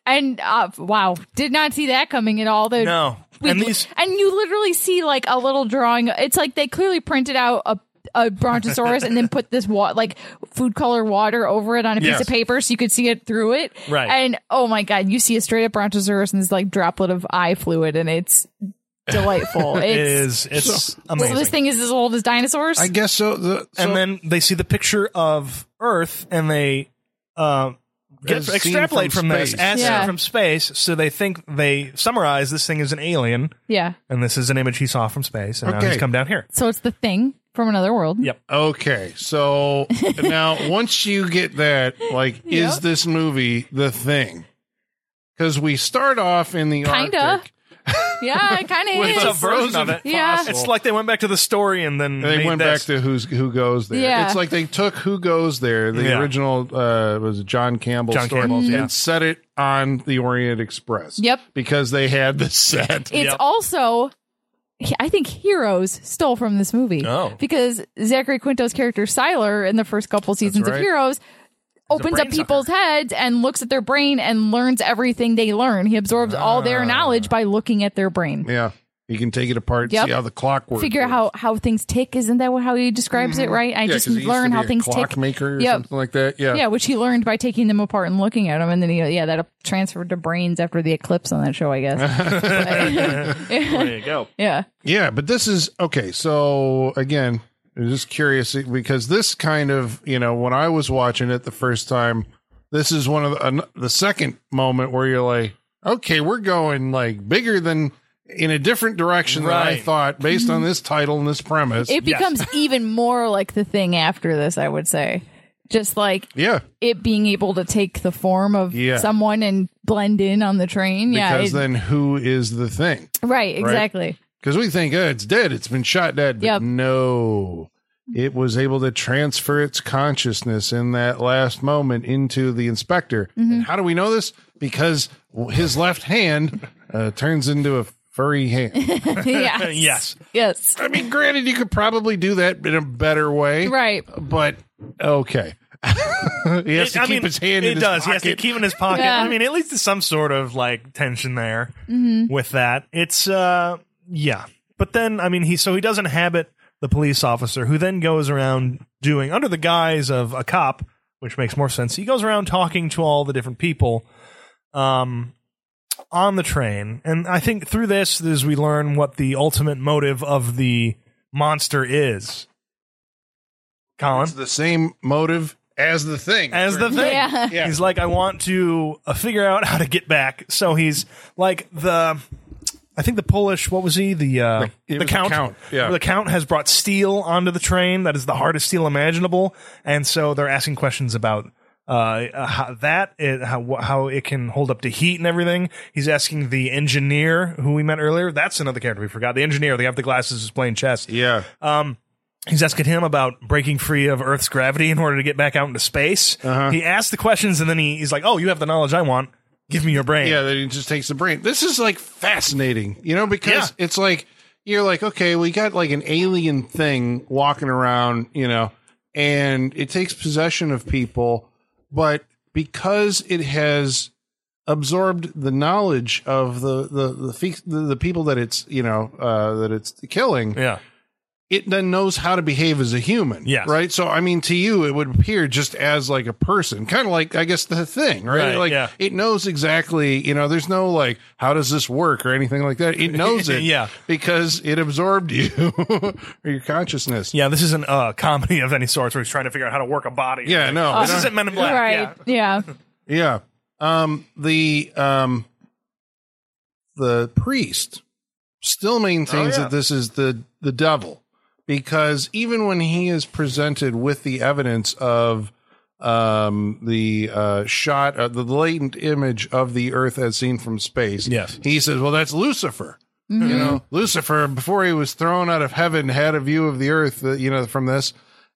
and uh, wow. Did not see that coming at all. The, No. We- and these and you literally see like a little drawing. It's like they clearly printed out a a brontosaurus and then put this wa- like food color water over it on a piece Yes. of paper so you could see it through it. Right. And oh my god, you see a straight up brontosaurus and this like droplet of eye fluid, and it's delightful. it's, It is. It's So amazing. this thing is as old as dinosaurs. I guess so. The, so and then they see the picture of Earth and they uh, As get, seen extrapolate from from, this space. as seen Yeah. from space. So they think they summarize this thing is an alien yeah. and this is an image he saw from space and now Okay. he's come down here. So it's the thing from another world. Yeah. okay, so now once you get that, like, is Yep. this movie the thing? Because we start off in the Kinda. Arctic. Yeah, it kind of With is. a ver- version of it. Yeah. Possible. It's like they went back to the story and then And they made went this. back to who's who goes there. Yeah. It's like they took who goes there, the Yeah. original uh was it John Campbell's John story, Campbell's, yeah. and set it on the Orient Express. Yep. Because they had the set. It's Yep. also, I think, Heroes stole from this movie. Oh. Because Zachary Quinto's character Siler in the first couple seasons right. of Heroes opens up brain people's heads and looks at their brain and learns everything they learn. He absorbs Ah. all their knowledge by looking at their brain. Yeah. You can take it apart, Yep. see how the clock works. Figure out how, how things tick. Isn't that what- how he describes it, right? I Mm-hmm. yeah, just 'cause he used to learn be how a things tick. clockmaker or Yep. something like that. Yeah. Yeah, which he learned by taking them apart and looking at them, and then he, yeah, that transferred to brains after the eclipse on that show, I guess. There you go. yeah, Yeah, but this is okay. So again, I'm just curious because this kind of you know when I was watching it the first time, this is one of the, an, the second moment where you're like, okay, we're going like bigger than in a different direction than I Right. thought based on this title and this premise. it Yes. becomes even more like the thing after this. I would say, just like yeah, it being able to take the form of Yeah. someone and blend in on the train. Yeah, because it- then who is the thing? right, exactly. Because we think, oh, it's dead. It's been shot dead. But Yep. no, it was able to transfer its consciousness in that last moment into the inspector. Mm-hmm. And how do we know this? Because his left hand uh, turns into a furry hand. yes, Yes. yes, I mean, granted, you could probably do that in a better way, right. But okay. he has to keep his hand it in his does. He has to pocket. keep it in his pocket. Yeah. I mean, at least there's some sort of like tension there with that. It's uh, yeah. But then, I mean, he so he does inhabit the police officer, who then goes around doing under the guise of a cop, which makes more sense. He goes around talking to all the different people, um, on the train, and I think through this, is we learn what the ultimate motive of the monster is. Colin, It's the same motive as the thing. as the thing. Yeah. Yeah. He's like, I want to uh, figure out how to get back. So he's like the. I think the Polish. What was he? The uh, It the, was the count. count, yeah. The count has brought steel onto the train. That is the hardest steel imaginable, and so they're asking questions about uh, uh, how that it, how wh- how it can hold up to heat and everything. He's asking the engineer who we met earlier. That's another character we forgot. The engineer, the guy with the glasses, is playing chess yeah. he's asking him about breaking free of Earth's gravity in order to get back out into space. Uh-huh. He asks the questions, and then he, he's like, "Oh, you have the knowledge I want. Give me your brain." Yeah, that he just takes the brain. This is like fascinating, you know, because Yeah. it's like you're like, okay, we got like an alien thing walking around, you know, and it takes possession of people, but because it has absorbed the knowledge of the the the, fe- the, the people that it's you know uh, that it's killing, yeah, it then knows how to behave as a human. Yes. Right. So I mean, to you, it would appear just as like a person, kind of like I guess the thing, right? Right, like yeah. it knows exactly. You know, there's no like, how does this work or anything like that. It knows it, Yeah. because it absorbed you or your consciousness. Yeah, This isn't a comedy of any sort where he's trying to figure out how to work a body. Yeah, no, this I don't- isn't Men in Black. Right. Yeah. Yeah. Um. The um. The priest still maintains Oh, yeah. that this is the the devil because even when he is presented with the evidence of um the uh shot uh, the latent image of the earth as seen from space Yes. he says well that's lucifer you know lucifer before he was thrown out of heaven had a view of the earth uh, you know from this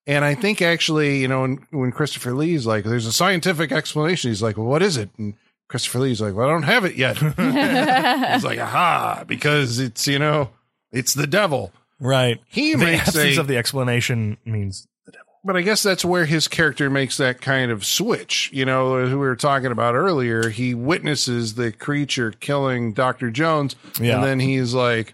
and i think actually you know when, when christopher lee's like there's a scientific explanation he's like well what is it and christopher lee's like well i don't have it yet it's like aha because it's you know it's the devil Right. he The makes absence a, of the explanation means but I guess that's where his character makes that kind of switch. You know, as we were talking about earlier, he witnesses the creature killing Doctor Jones, Yeah. and then he's like,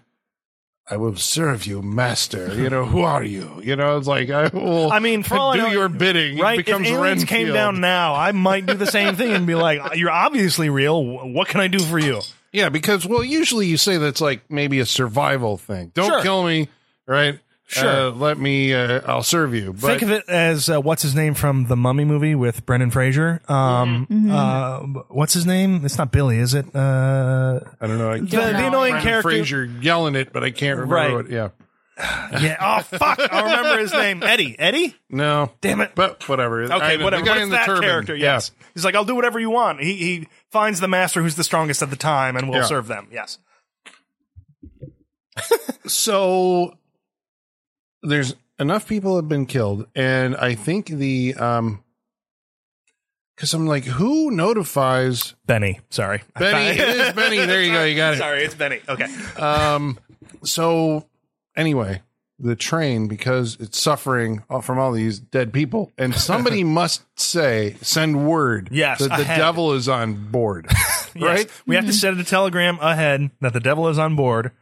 I will serve you, master. You know, who are you? You know, it's like I will. I mean, for all I do know, your bidding. right? It becomes if aliens Renfield. came down now, I might do the same thing and be like, "You're obviously real. Wh- What can I do for you?" Yeah, because well, usually you say that's like maybe a survival thing. Don't Sure. kill me, right? Sure. Uh, let me. Uh, I'll serve you. But Think of it as uh, what's his name from the Mummy movie with Brendan Fraser. Um, uh, what's his name? It's not Billy, is it? Uh, I don't know. I the, can't the annoying character. Fraser yelling it, but I can't remember Right. what. Yeah. Yeah. Oh fuck! I remember his name. Eddie. Eddie. No. Damn it. But whatever. Okay, I know. whatever. The guy What's in the that turban. character? Yeah. Yes. He's like, I'll do whatever you want. He he finds the master who's the strongest at the time and will Yeah. serve them. Yes. so there's enough people have been killed and i think the um because i'm like who notifies Benny. Sorry. benny it is benny there you go you got it Sorry, it's Benny. Okay. um so anyway the train because it's suffering all- from all these dead people and somebody must say send word Yes, that the ahead. devil is on board right We have to send a telegram ahead that the devil is on board,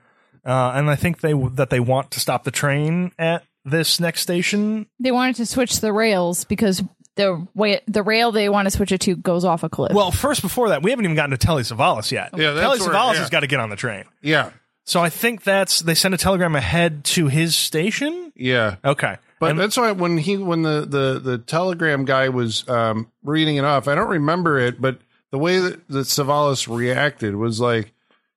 uh, and I think they that they want to stop the train at this next station. They wanted to switch the rails because the way the rail they want to switch it to goes off a cliff. Well, first before that, we haven't even gotten to Telly Savalas yet. Yeah, that's Telly where- Savalas yeah. has got to get on the train. yeah So I think that's they send a telegram ahead to his station. yeah Okay, But And- that's why when he when the the the telegram guy was um, reading it off, I don't remember it, but the way that, that Savalas reacted was like,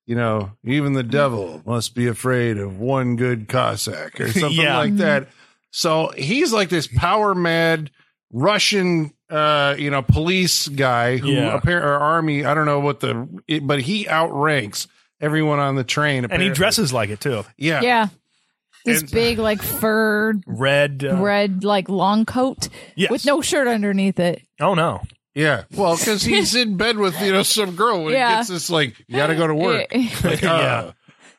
you know, even the devil must be afraid of one good Cossack or something Yeah. like that. So he's like this power mad Russian, uh, you know, police guy who Yeah. appar- or army. I don't know what the, it, but he outranks everyone on the train. and he apparently. dresses like it too. yeah, yeah. This And- big like fur Red. Uh, red like long coat Yes. with no shirt underneath it. Oh no. Yeah. Well, because he's in bed with, you know, some girl and Yeah. gets this like, you gotta go to work. Like, uh,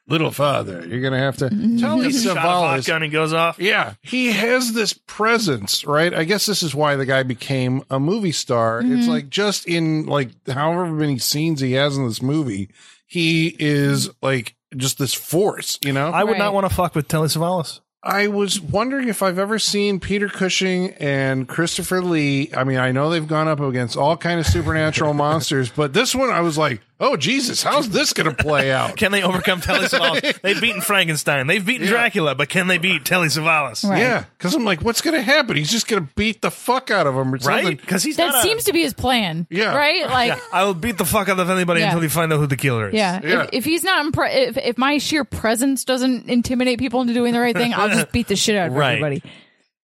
little father, you're gonna have to tell me Shot a Savalas. gun and goes off. Yeah. He has this presence, right? I guess this is why the guy became a movie star. It's like just in like however many scenes he has in this movie, he is like just this force, you know? I would Right. not want to fuck with Telly Savalas. I was wondering if I've ever seen Peter Cushing and Christopher Lee. I mean, I know they've gone up against all kind of supernatural monsters, but this one I was like, "Oh Jesus, how's this going to play out?" Can they overcome Telly Savalas? They've beaten Frankenstein. They've beaten Dracula, but can they beat Telly Savalas? Right. Yeah, because I'm like, "What's going to happen? He's just going to beat the fuck out of him or Right? something." Because he's That not seems to be his plan. Yeah. Right? Like A, I'll beat the fuck out of anybody Yeah. until you find out who the killer is. Yeah. Yeah. If, if he's not impre- if if my sheer presence doesn't intimidate people into doing the right thing, I'll just beat the shit out of Right. everybody.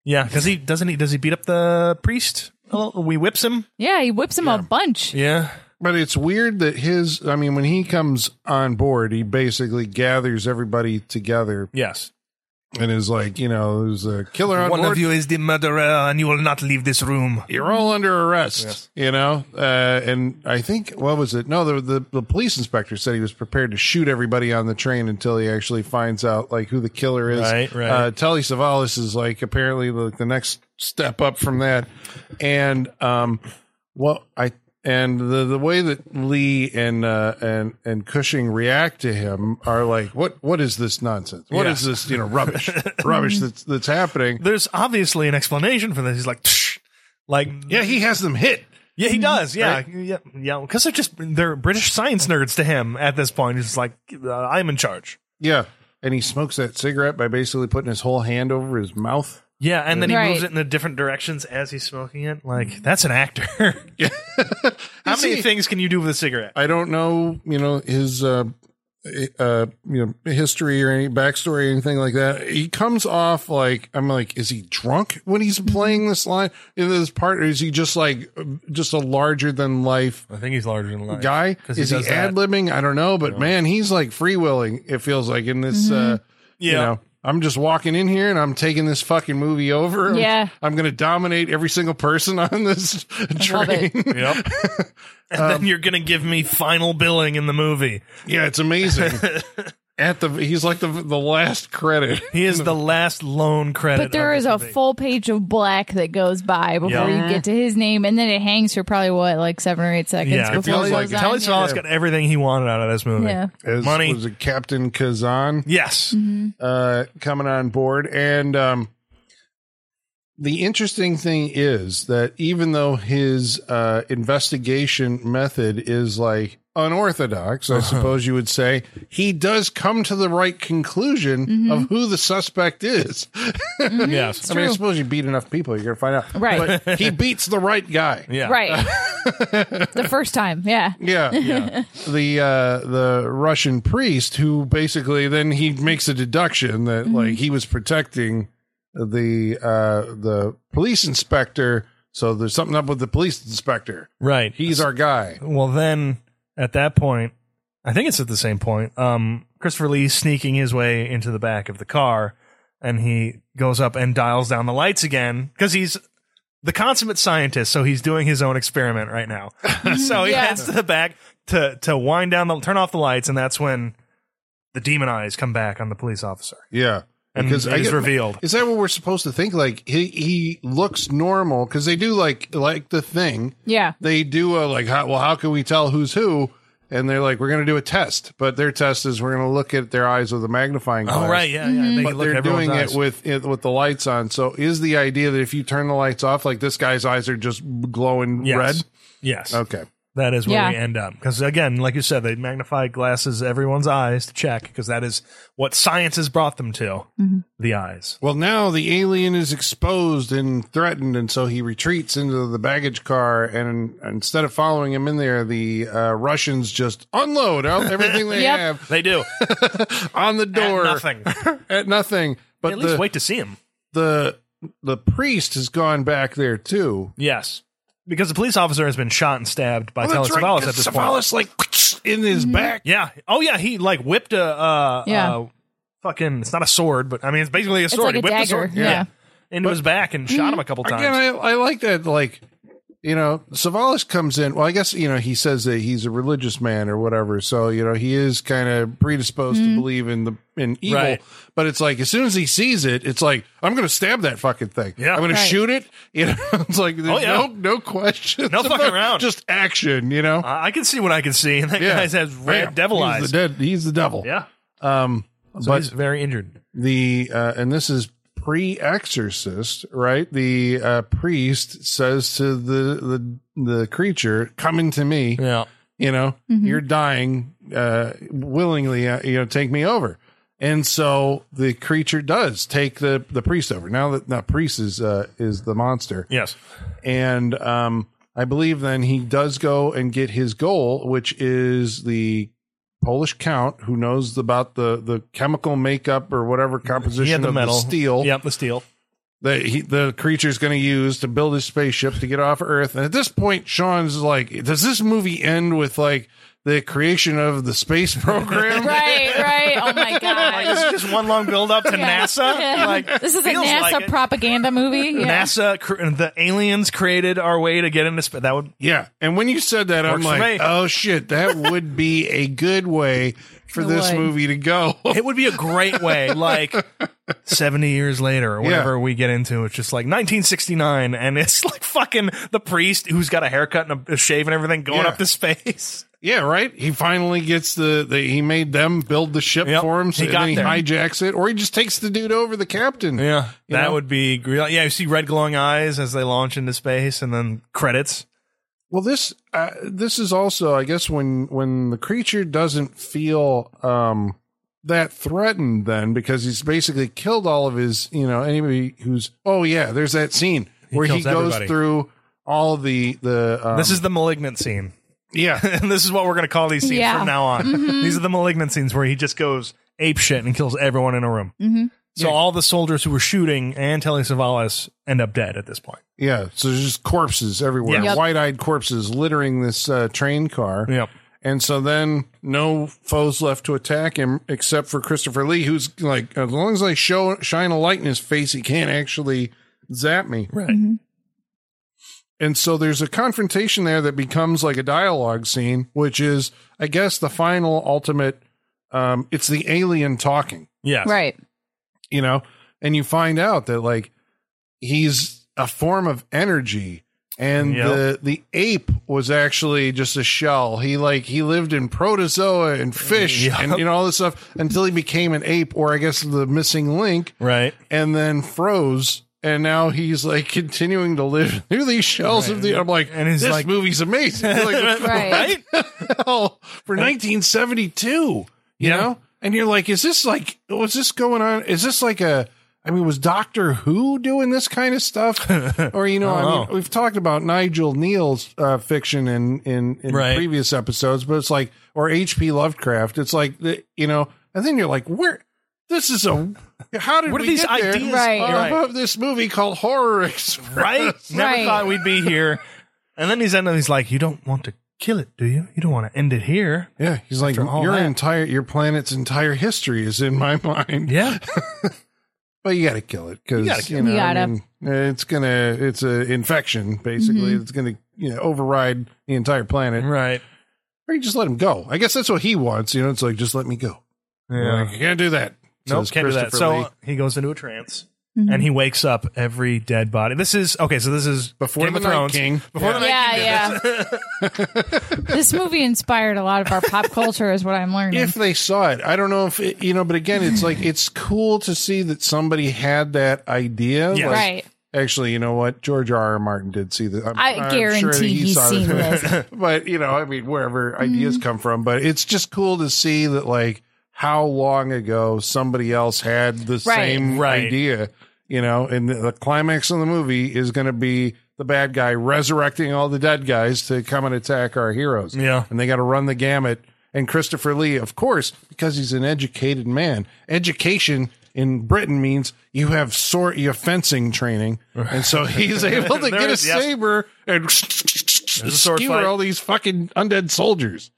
yeah. Because he doesn't he does he beat up the priest? Oh, we whips him. Yeah, he whips him a bunch. Yeah. But it's weird that his. I mean, when he comes on board, he basically gathers everybody together Yes. and is like, "You know, there's a killer on board. you is the murderer, and you will not leave this room. you're all Mm-hmm. under arrest you know uh, and i think what was it no the, the the police inspector said he was prepared to shoot everybody on the train until he actually finds out like who the killer is Right, right. Uh, telly savalas is like apparently the, the next step up from that and um well i and the the way that lee and uh and and cushing react to him are like what what is this nonsense What Yeah. is this you know rubbish rubbish that's that's happening There's obviously an explanation for this. He's like, "Tsh." like yeah he has them hit Yeah, he does. Yeah, Right? yeah, yeah. Because they're just they're British science nerds to him at this point. He's like, uh, I'm in charge. Yeah. And he smokes that cigarette by basically putting his whole hand over his mouth. Yeah, and then he Right. moves it in the different directions as he's smoking it. Like that's an actor. How many See- things can you do with a cigarette? I don't know, you know, his uh uh you know history or any backstory or anything like that. He comes off like I'm like, is he drunk when he's playing this line in this part, or is he just like just a larger than life I think he's larger than life. guy? 'Cause he Is he, does that. ad libbing? I don't know, but man, he's like freewheeling, it feels like in this uh Yeah. you know i'm just walking in here and i'm taking this fucking movie over I'm- Yeah. i'm, gonna dominate every single person on this love train Yep. Um, and then you're gonna give me final billing in the movie. yeah it's amazing at the he's like the the last credit. He is the last lone credit. But there of is this a movie. full page of black that goes by before Yeah. you get to his name, and then it hangs for probably what, like seven or eight seconds Yeah, before Telly, it like- goes on. Telly Yeah. Savalas got everything he wanted out of this movie. Yeah. Mm-hmm. As, Money. was it Captain Kazan? Yes. uh, coming on board. And um, the interesting thing is that even though his uh, investigation method is like unorthodox, I suppose you would say, he does come to the right conclusion of who the suspect is. Yes. I mean, I suppose you beat enough people, you're going to find out. Right. But he beats the right guy. Yeah. Right. the first time. Yeah. Yeah. The uh the Russian priest who basically then he makes a deduction that like he was protecting the uh the police inspector, so there's something up with the police inspector. Right. He's our guy. Well, then at that point, I think it's at the same point. Um, Christopher Lee's sneaking his way into the back of the car, and he goes up and dials down the lights again because he's the consummate scientist. So he's doing his own experiment right now. so he Yeah. heads to the back to to wind down the turn off the lights, and that's when the demon eyes come back on the police officer. Yeah. And it is revealed. Is that what we're supposed to think? Like he he looks normal because they do like like the thing. Yeah. They do a like how well how can we tell who's who? And they're like, we're going to do a test, but their test is we're going to look at their eyes with a Oh, magnifying Oh, glass. yeah, yeah. They but they're doing it with it, with the lights on. So is the idea that if you turn the lights off, like this guy's eyes are just glowing yes. red? Yes. Okay, That is where Yeah. we end up. Because again, like you said, they magnify glasses everyone's eyes to check because that is what science has brought them to Mm-hmm. the eyes. well now the alien is exposed and threatened, and so he retreats into the baggage car. And instead of following him in there, the uh, Russians just unload out everything they Yep. have They do. on the At door nothing. At nothing. But At the, least wait to see him. the the priest has gone back there too. Yes. Because the police officer has been shot and stabbed by Well, Telly that's right, Savalas 'cause at this point. Savalas, like in his back. Yeah. Oh, yeah. He like whipped a. Uh, Yeah. uh, fucking. It's not a sword, but I mean, it's basically a It's sword. like a he whipped dagger. the sword Yeah. Mm-hmm. into his back and shot him a couple times. Again, I, I like that. Like, you know, Savalas comes in. Well, I guess you know he says that he's a religious man or whatever. So you know he is kind of predisposed to believe in the in evil. Right. But it's like as soon as he sees it, it's like I'm going to stab that fucking thing. Yeah. Oh, I'm going Right. to shoot it. You know, it's like there's yeah. no no question, No fucking around. just action. You know, I I can see what I can see, and that Yeah. guy has red Bam. devil he's eyes. The dead, he's the devil. yeah. Um, So but he's very injured. the uh, and this is pre-exorcist right the uh, priest says to the the the creature coming to me Yeah. you know you're dying uh willingly uh, you know take me over and so the creature does take the the priest over now that not priest is uh is the monster Yes. and um i believe then he does go and get his goal which is the Polish count who knows about the the chemical makeup or whatever composition He had the of metal. the steel Yep, the steel. that he, the creature's going to use to build his spaceship to get off Earth. And at this point, Sean's like, "Does this movie end with like the creation of the space program?" Right, right. Oh my This god. is just one long build up to NASA. Yeah. Like this is a feels NASA like it. propaganda movie. Yeah. NASA, cr- the aliens created our way to get into space. That would Yeah. And when you said that, Works for I'm me. like, "Oh shit, that would be a good way for It this would. movie to go." it would be a great way. Like seventy years later, or whatever we get into, it's just like 1969, and it's like fucking the priest who's got a haircut and a, a shave and everything going Yeah. up to space. yeah, right. He finally gets the, the he made them build the ship Yep. for him, so He got then he there. hijacks it, or he just takes the dude over the captain. You that know? would be great. Yeah, you see red glowing eyes as they launch into space, and then credits. Well, this uh, this is also, I guess, when when the creature doesn't feel um, that threatened, then because he's basically killed all of his, you know, anybody who's. Oh yeah, there's that scene where he kills goes everybody. through all the the. Um, This is the malignant scene. yeah, and this is what we're going to call these scenes Yeah. from now on. These are the malignant scenes where he just goes ape shit and kills everyone in a room. Mhm. So all the soldiers who were shooting and Telly Savalas end up dead at this point. yeah. So there's just corpses everywhere, Yeah. Yep. white-eyed corpses littering this uh, train car. Yep. And so then no foes left to attack him except for Christopher Lee, who's like, as long as I show shine a light in his face, he can't actually zap me. Right. And so there's a confrontation there that becomes like a dialogue scene, which is, I guess, the final ultimate um, it's the alien talking, Yes. Right. you know, and you find out that like he's a form of energy, and Yep. the the ape was actually just a shell. He like he lived in protozoa and fish Yep. and you know all this stuff until he became an ape, or I guess the missing link, Right. and then froze. And now he's like continuing to live through these shells of the. I'm like, And he's this like- movie's amazing. Like, Right. hell Oh, for 1972 you Yeah. know and you're like is this like what's this going on is this like a i mean was doctor who doing this kind of stuff or you know i, know. mean we've talked about nigel neal's uh, fiction in in, in Right. previous episodes but it's like or hp lovecraft it's like the, you know and then you're like where this is a how did What are we these get there? ideas? Right. Uh, Right. of this movie called horror express Right? Never Right. thought we'd be here. And then he's and he's like, "You don't want to kill it, do you? You don't want to end it here." yeah he's like all your that. entire your planet's entire history is in my mind Yeah, But you got to kill it because You you, gotta kill know it. You I gotta. mean, it's gonna it's a infection basically. Mhm. It's gonna you know override the entire planet, Right. or you just let him go. I guess that's what he wants. You know, it's like just let me go. Like, you can't do that. no, says can't do that. Christopher So Lee. he goes into a trance Mhm. and he wakes up every dead body. This is okay. So this is before Game the of Night Thrones. King, Before the Night King did Yeah, this. this movie inspired a lot of our pop culture, is what I'm learning. if they saw it, I don't know if it, you know, but again, it's like it's cool to see that somebody had that idea. Yeah. Like, right. Actually, you know what? George R. R. Martin did see the. I'm, I I'm guarantee sure that he he's saw seen it. this. but you know, I mean, wherever Mm-hmm. ideas come from, but it's just cool to see that like how long ago somebody else had the same Right. idea, you know, and the, the climax of the movie is going to be the bad guy resurrecting all the dead guys to come and attack our heroes. Yeah. And they got to run the gamut. And Christopher Lee, of course, because he's an educated man, education in Britain means you have sort you have fencing training, Uh-huh. and so he's able to There get a is- yes. saber and a sword skewer fight. all these fucking undead soldiers.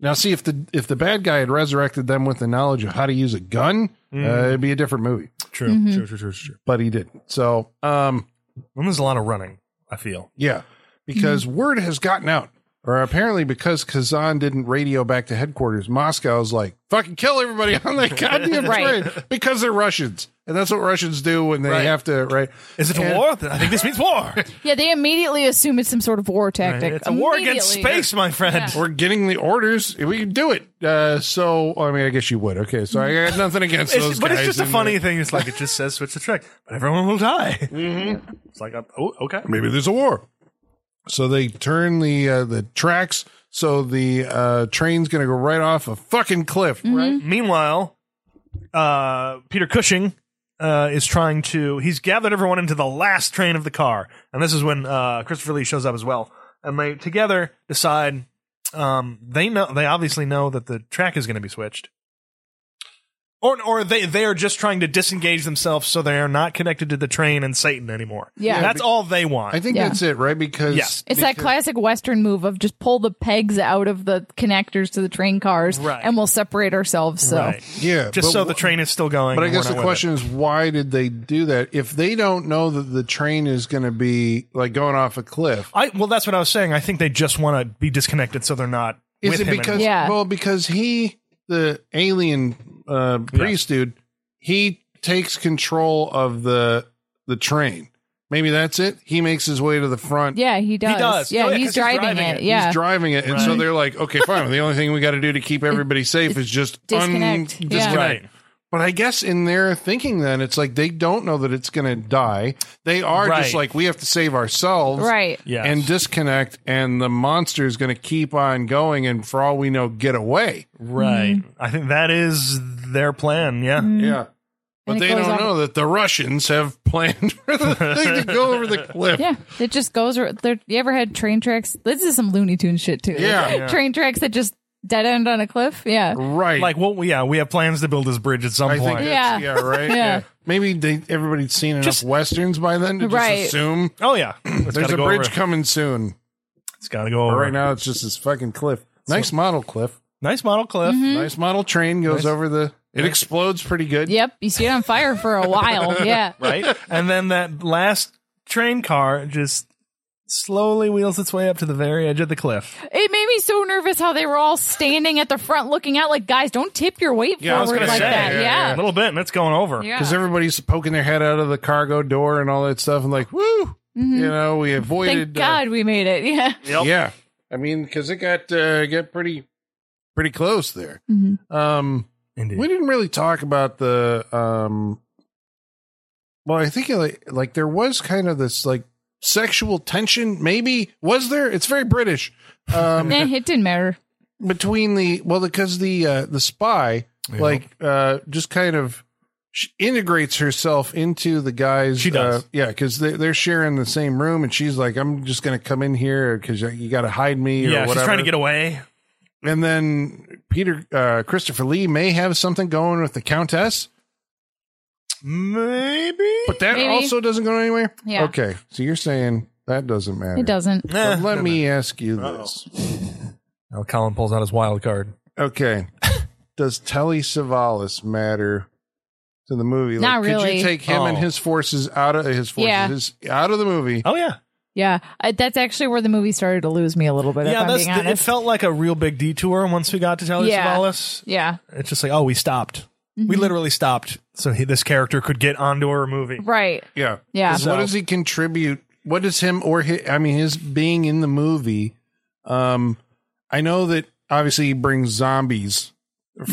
Now, see if the if the bad guy had resurrected them with the knowledge of how to use a gun, Hmm. uh, it'd be a different movie. True. True, true, true, true. But he didn't. So, um, Well, there's a lot of running, I feel. yeah, because Hmm. word has gotten out, or apparently because Kazan didn't radio back to headquarters, Moscow's like fucking kill everybody on that goddamn Right. train because they're Russians, and that's what Russians do when they Right. have to. Right? Is it And- a war? I think this means war. Yeah, they immediately assume it's some sort of war tactic. it's a war against Immediately. space, my friend. We're getting the orders. We can do it. Uh, so, I mean, I guess you would. Okay, so I got nothing against It's- those but guys. it's just a in funny there. thing. It's like it just says switch the trick, but everyone will die. Mm-hmm. It's like, oh, okay. maybe there's a war. So they turn the uh, the tracks so the uh, train's gonna go right off a fucking cliff, Mm-hmm. right? Meanwhile, uh, Peter Cushing uh, is trying to. He's gathered everyone into the last train of the car, and this is when uh, Christopher Lee shows up as well. And they together decide. Um, they know. They obviously know that the track is going to be switched. Or, or they they are just trying to disengage themselves so they are not connected to the train and Satan anymore. Yeah. that's all they want. I think Yeah. that's it, right? Because Yeah. It's that classic Western move of just pull the pegs out of the connectors to the train cars, Right. and we'll separate ourselves. So Right. yeah, just but so wh- the train is still going. But I and we're guess the not with it. question is, why did they do that? If they don't know that the train is going to be like going off a cliff, I well, that's what I was saying. I think they just want to be disconnected, so they're not. is with it him because anymore. Yeah. well because he the alien uh, priest dude he takes control of the the train. Maybe that's it. He makes his way to the front. yeah, he does. does. Yeah, Oh, yeah, he's 'cause he's driving, driving it. it. Yeah, He's driving it, and so they're like, "Okay, fine. the only thing we got to do to keep everybody safe is just disconnect. Un- Yeah. disconnect. Right. But I guess in their thinking, then it's like they don't know that it's going to die. They are just Right. like we have to save ourselves, right. Yeah. And disconnect, and the monster is going to keep on going, and for all we know, get away. right. Mm-hmm. I think that is their plan. Yeah, Yeah. But And it they goes don't off- know that the Russians have planned for the thing to go over the cliff. Yeah, it just goes. r- There, you ever had train tracks? This is some Looney Tune shit too. Yeah. Yeah. train tracks that just dead end on a cliff. Yeah, Right. like well, we- yeah, we have plans to build this bridge at some I point. think that's- Yeah. yeah, right. Yeah. Maybe they everybody's seen enough Just- westerns by then to just Right. assume oh yeah, It's there's gotta a go bridge Over. coming soon. It's got to go But over. right now it's just this fucking cliff. Nice model cliff. nice model, Cliff. Mm-hmm. Nice model train goes over the it explodes pretty good. yep. You see it on fire for a while. Yeah, Right, and then that last train car just slowly wheels its way up to the very edge of the cliff. It made me so nervous how they were all standing at the front looking out like, guys, don't tip your weight Yeah, I was forward gonna like say, that. yeah, Yeah. A little bit, and it's going over. Yeah. because everybody's poking their head out of the cargo door and all that stuff, and like, woo, you know, we Mm-hmm. Thank avoided. God we made it. Yeah. Uh, yeah, I mean, because it got uh, got pretty pretty close there. Mhm. Um, Indeed. we didn't really talk about the. um Well, I think like, like there was kind of this like sexual tension. Maybe was there? It's very British. Um, Nah, it didn't matter. between the well because the uh the spy like uh just kind of she integrates herself into the guys She does. uh, yeah because they, they're sharing the same room and she's like i'm just gonna come in here because you gotta hide me or yeah, whatever she's trying to get away. and then peter uh christopher lee may have something going with the countess Maybe. but that Maybe. also doesn't go anywhere Yeah. okay so you're saying that doesn't matter It doesn't. But Nah. let me ask you this Now Oh, Colin pulls out his wild card. Okay. Does Telly Savalas matter to the movie? Not Could you really. take him and Oh. his forces out of his forces Yeah. his, out of the movie? Oh yeah, Yeah. I, that's actually where the movie started to lose me a little bit, if yeah. I'm That's being the, it. honest. Felt like a real big detour once we got to Telly Yeah. Savalas. yeah. It's just like, oh, we stopped. We Mm-hmm. literally stopped, so he, this character could get onto our movie. Right. Yeah. Yeah. 'Cause What does he contribute? What does him or his, I mean his being in the movie? Um, I know that obviously he brings zombies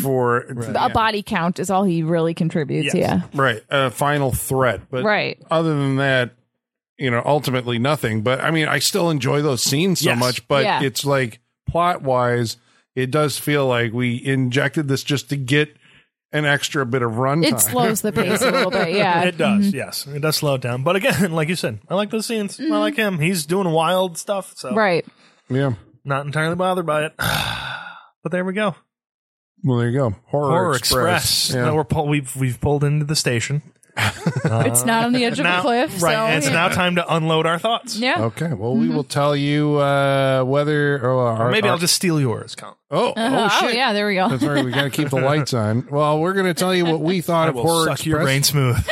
for A right, body count is all he really contributes. Yes. Yeah. uh, final threat, but Right. other than that, you know, ultimately nothing. But I mean, I still enjoy those scenes so Yes. much, but Yeah. it's like plot wise, it does feel like we injected this just to get an extra bit of runtime. It slows the pace a little bit. Yeah. Mm-hmm. It does, yes. It does slow it down. But again, like you said, I like those scenes. I like him. He's doing wild stuff, so Right. yeah. not entirely bothered by it. but there we go. Well, there you go. Horror, Horror Express. Express. Yeah. Now we're pull- we've we've pulled into the station. It's not on the edge of Now- a cliff. right. so, and it's yeah. now time to unload our thoughts. Yeah. Okay. Well, we will tell you uh, whether. Or, Or our- maybe our- I'll just steal yours, Colin. Oh, oh, Uh-huh. Oh, shit. yeah. There we go. That's right. We got to keep the lights on. Well, we're going to tell you what we thought I of will Horror Express. suck your brain smooth.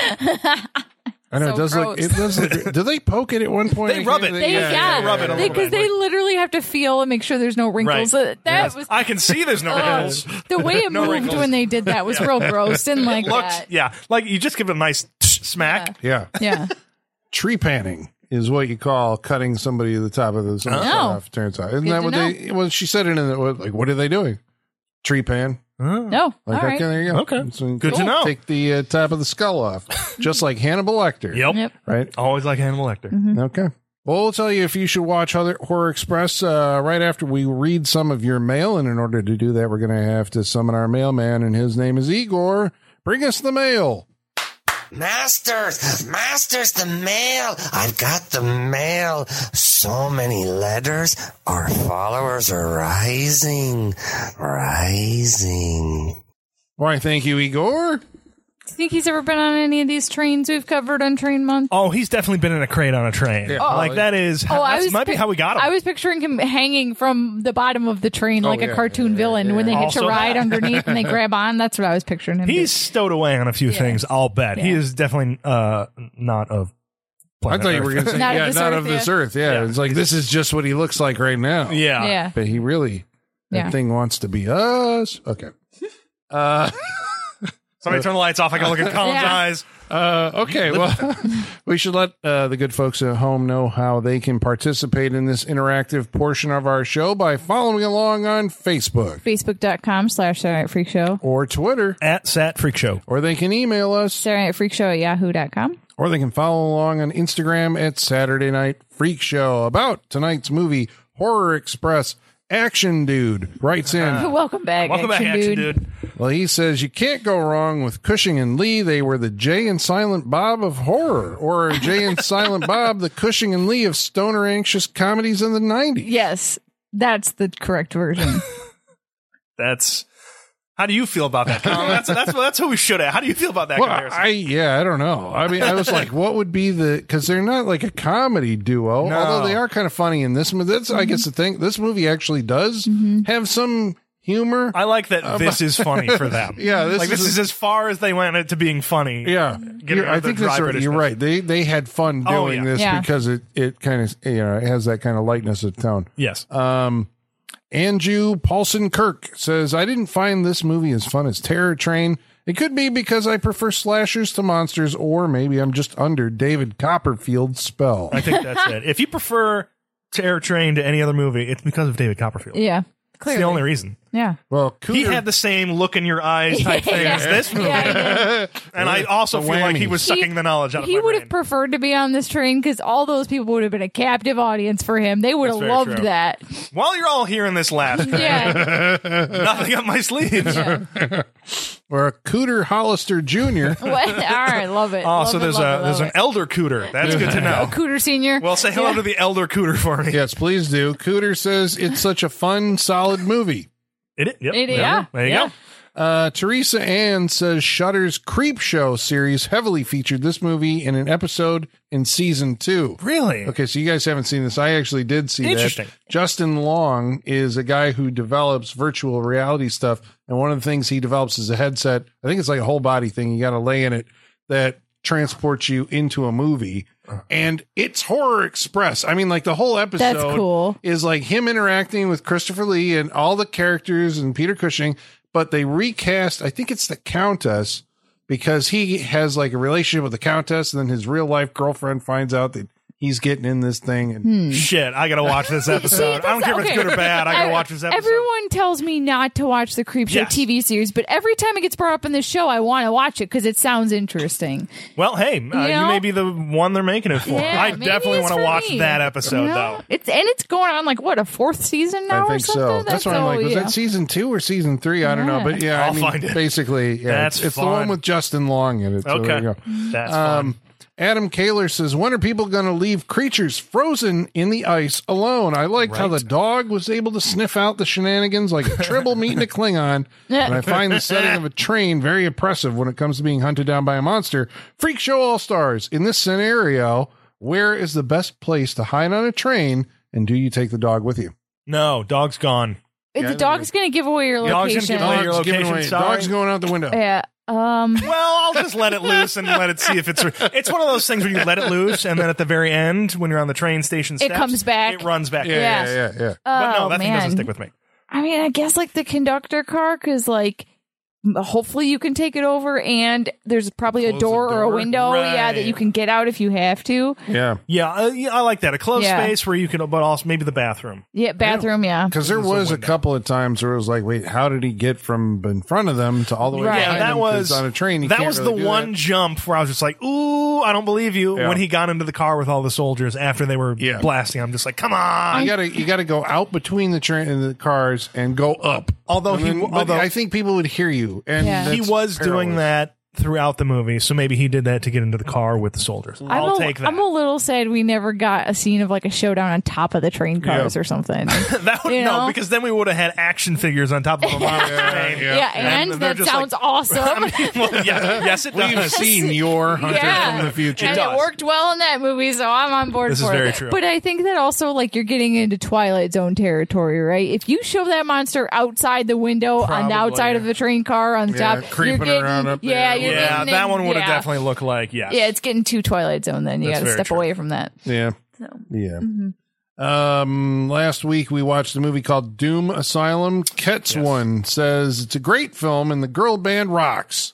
I know it So does look. gross. It does look. do they poke it at one point? They rub it. They, yeah, rub it a little because bit. they literally have to feel and make sure there's no wrinkles. Right. Uh, That was I can see there's no uh, holes. the way it moved wrinkles. when they did that was real gross. Didn't like Looks, that. yeah, like you just give it a nice smack. Yeah. Yeah, tree panning is what you call cutting somebody to the top of the sunset Oh. off. Turns out, isn't Good that to what they? Well, she said it in the like. What are they doing? Tree pan. no, Like, all right. okay, there you go. Okay. So Good to take- know. Take the uh, top of the skull off, just like Hannibal Lecter. Yep. Yep. Right. Always like Hannibal Lecter. Mm-hmm. Okay. Well, we'll tell you if you should watch other Horror Express uh, right after we read some of your mail. And in order to do that, we're going to have to summon our mailman, and his name is Igor. Bring us the mail. Masters, Masters, the mail. I've got the mail. So many letters. Our followers are rising, rising. Why, thank you, Igor. Do you think he's ever been on any of these trains we've covered on Train Month? Oh, he's definitely been in a crate on a train. Yeah. Like that is. Oh, I that's- was might be pic- how we got him. Oh, I was picturing him hanging from the bottom of the train like yeah, a cartoon villain when they get to Also- ride underneath and they grab on. That's what I was picturing him. doing. He's stowed away on a few things. I'll bet he Yeah. is definitely uh, not of. I planet thought you Earth. were going to say, Not of yeah, this not earth, of this yeah. earth. Yeah. Yeah. It's like, this is just what he looks like right now. Yeah. yeah, But he really, that Yeah. thing wants to be us. Okay. Uh, Somebody turn the lights off. I can look at Colin's Yeah. eyes. uh, okay. Well, we should let uh, the good folks at home know how they can participate in this interactive portion of our show by following along on Facebook Facebook.com slash Saturday Night Freak Show. or Twitter, At Sat Freak Show. or they can email us, Saturday Night Freak Show at yahoo.com. or they can follow along on Instagram at Saturday Night Freak Show about tonight's movie, Horror Express. Action Dude writes in. Welcome back. Uh, Welcome back, action dude. Well, he says you can't go wrong with Cushing and Lee. They were the Jay and Silent Bob of horror, or Jay and Silent Bob, the Cushing and Lee of stoner anxious comedies in the 90s. Yes, that's the correct version. That's. How do you feel about that? Colin? that's that's that's who we should at. How do you feel about that Well, comparison? I yeah, I don't know. I mean, I was like, what would be the because they're not like a comedy duo, No. Mm-hmm. although they are kind of funny in this movie. That's I guess the thing. This movie actually does have some humor. I like that this is funny for them. Yeah, this like this is- is as far as they went it to being funny. yeah, You're- out I of the think that's dry right. British You're bit. right. They they had fun doing Oh, yeah. this Yeah. because it it kind of you know it has that kind of lightness of tone. Yes. Um, Andrew Paulson Kirk says, I didn't find this movie as fun as Terror Train. It could be because I prefer slashers to monsters, or maybe I'm just under David Copperfield's spell. I think that's it. If you prefer Terror Train to any other movie, it's because of David Copperfield. Yeah. It's Clearly. the only reason. yeah. Well, He Cooter- had the same look in your eyes type thing as this movie. Yeah, he did. And I also The feel like he whammies. was sucking the knowledge out of He my would have brain. preferred to be on this train because all those people would have been a captive audience for him. They would have very loved true. that. While you're all hearing this laugh, Yeah. nothing up my sleeves. or Cooter Hollister Jr. What? All right. Love it. Oh, Love so it, there's a love it, there's love an elder cooter. That's good to it. know. Cooter Senior. Well, say hello to the elder cooter for me. yes, please do. Cooter says, It's such a fun, solid movie. It, yep, It- there you yeah, go. There you yeah. go. Uh, Teresa Ann says Shutter's Creep Show series heavily featured this movie in an episode in season two. Really? Okay, so you guys haven't seen this. I actually did see Interesting. that. Justin Long is a guy who develops virtual reality stuff, and one of the things he develops is a headset. I think it's like a whole body thing. You got to lay in it that transports you into a movie, and it's horror express. I mean, like the whole episode That's cool. is like him interacting with Christopher Lee and all the characters and Peter Cushing, but they recast. I think it's the Countess because he has like a relationship with the Countess, and then his real life girlfriend finds out that he's getting in this thing, and Hmm. Shit, I gotta watch this episode. See, I don't that's- care if it's okay. good or bad. I gotta I- watch this episode. Everyone tells me not to watch the Creepshow Yes. TV series, but every time it gets brought up in this show, I want to watch it because it sounds interesting. well, hey, uh, you, know? may be the one they're making it for. Yeah, I maybe definitely it's want to for watch me. that episode You know? though. It's and it's going on like what a fourth season I now or think something. so. That's, why I'm all- like, was yeah. that season two or season three? I don't know, Yeah. but yeah, I I'll mean, find it. basically, yeah, That's it's, it's the fun. one with Justin Long in it. So there Okay, you go. that's fun. Um, Adam Kaler says, when are people going to leave creatures frozen in the ice alone? I liked how the dog was able to sniff out the shenanigans like a tribble meeting a Klingon. And I find the setting of a train very oppressive when it comes to being hunted down by a monster. Freak Show All Stars, in this scenario, where is the best place to hide on a train? And do you take the dog with you? No, dog's gone. the dog's gonna give away your Dog's gonna location. give away your Dog's giving location, away- sorry. Dog's going out the window. yeah. Um. Well, I'll just let it loose and let it see if it's. It's one of those things where you let it loose, and then at the very end, when you're on the train station, steps, comes back. It runs back. Yeah. yeah, yeah. But oh, no, that man. thing doesn't stick with me. I mean, I guess like the conductor car, because like m- hopefully you can take it over, and there's probably a Close the door, or a door? window, yeah, that Right. you can get out if you have to. Yeah. Yeah, uh, yeah, I like that. A closed Yeah. space where you can, but also maybe the bathroom. Yeah, bathroom. Yeah. Because there was a couple of times where it was like, wait, how did he get from in front of them to all the way Right. behind Yeah, that them? 'Cause was on a train. you That can't was really the do one that. jump where I was just like, "Ooh, I don't believe you." Yeah. When he got into the car with all the soldiers after they were Yeah. blasting, I'm just like, "Come on!" You gotta you gotta go out between the train and the cars and go up. Although And he- then- but although- I think people would hear you. And Yeah. that's he was doing perilous. that throughout the movie, so maybe he did that to get into the car with the soldiers. I'm will a- take that. I'm a little sad we never got a scene of like a showdown on top of the train cars or something. that would you no, know? because then we would have had action figures on top of them. yeah, yeah, and, And they're that just sounds awesome. yeah, yes, it does. We've seen your hunter Yeah. from the future. and it worked well in that movie, so I'm on board This is for very it. true. But I think that also, like, you're getting into Twilight Zone territory, right? If you shove that monster outside the window on the Probably, outside yeah. of the train car on Yeah, top, creeping you're getting, around up yeah, there. you're yeah, getting that in- one would have yeah. definitely looked like yes. Yeah, it's getting too Twilight Zone. Then you That's got to very step true. away from that. Yeah. Yeah. Um, last week we watched a movie called Doom Asylum. Ketz one says it's a great film and the girl band rocks.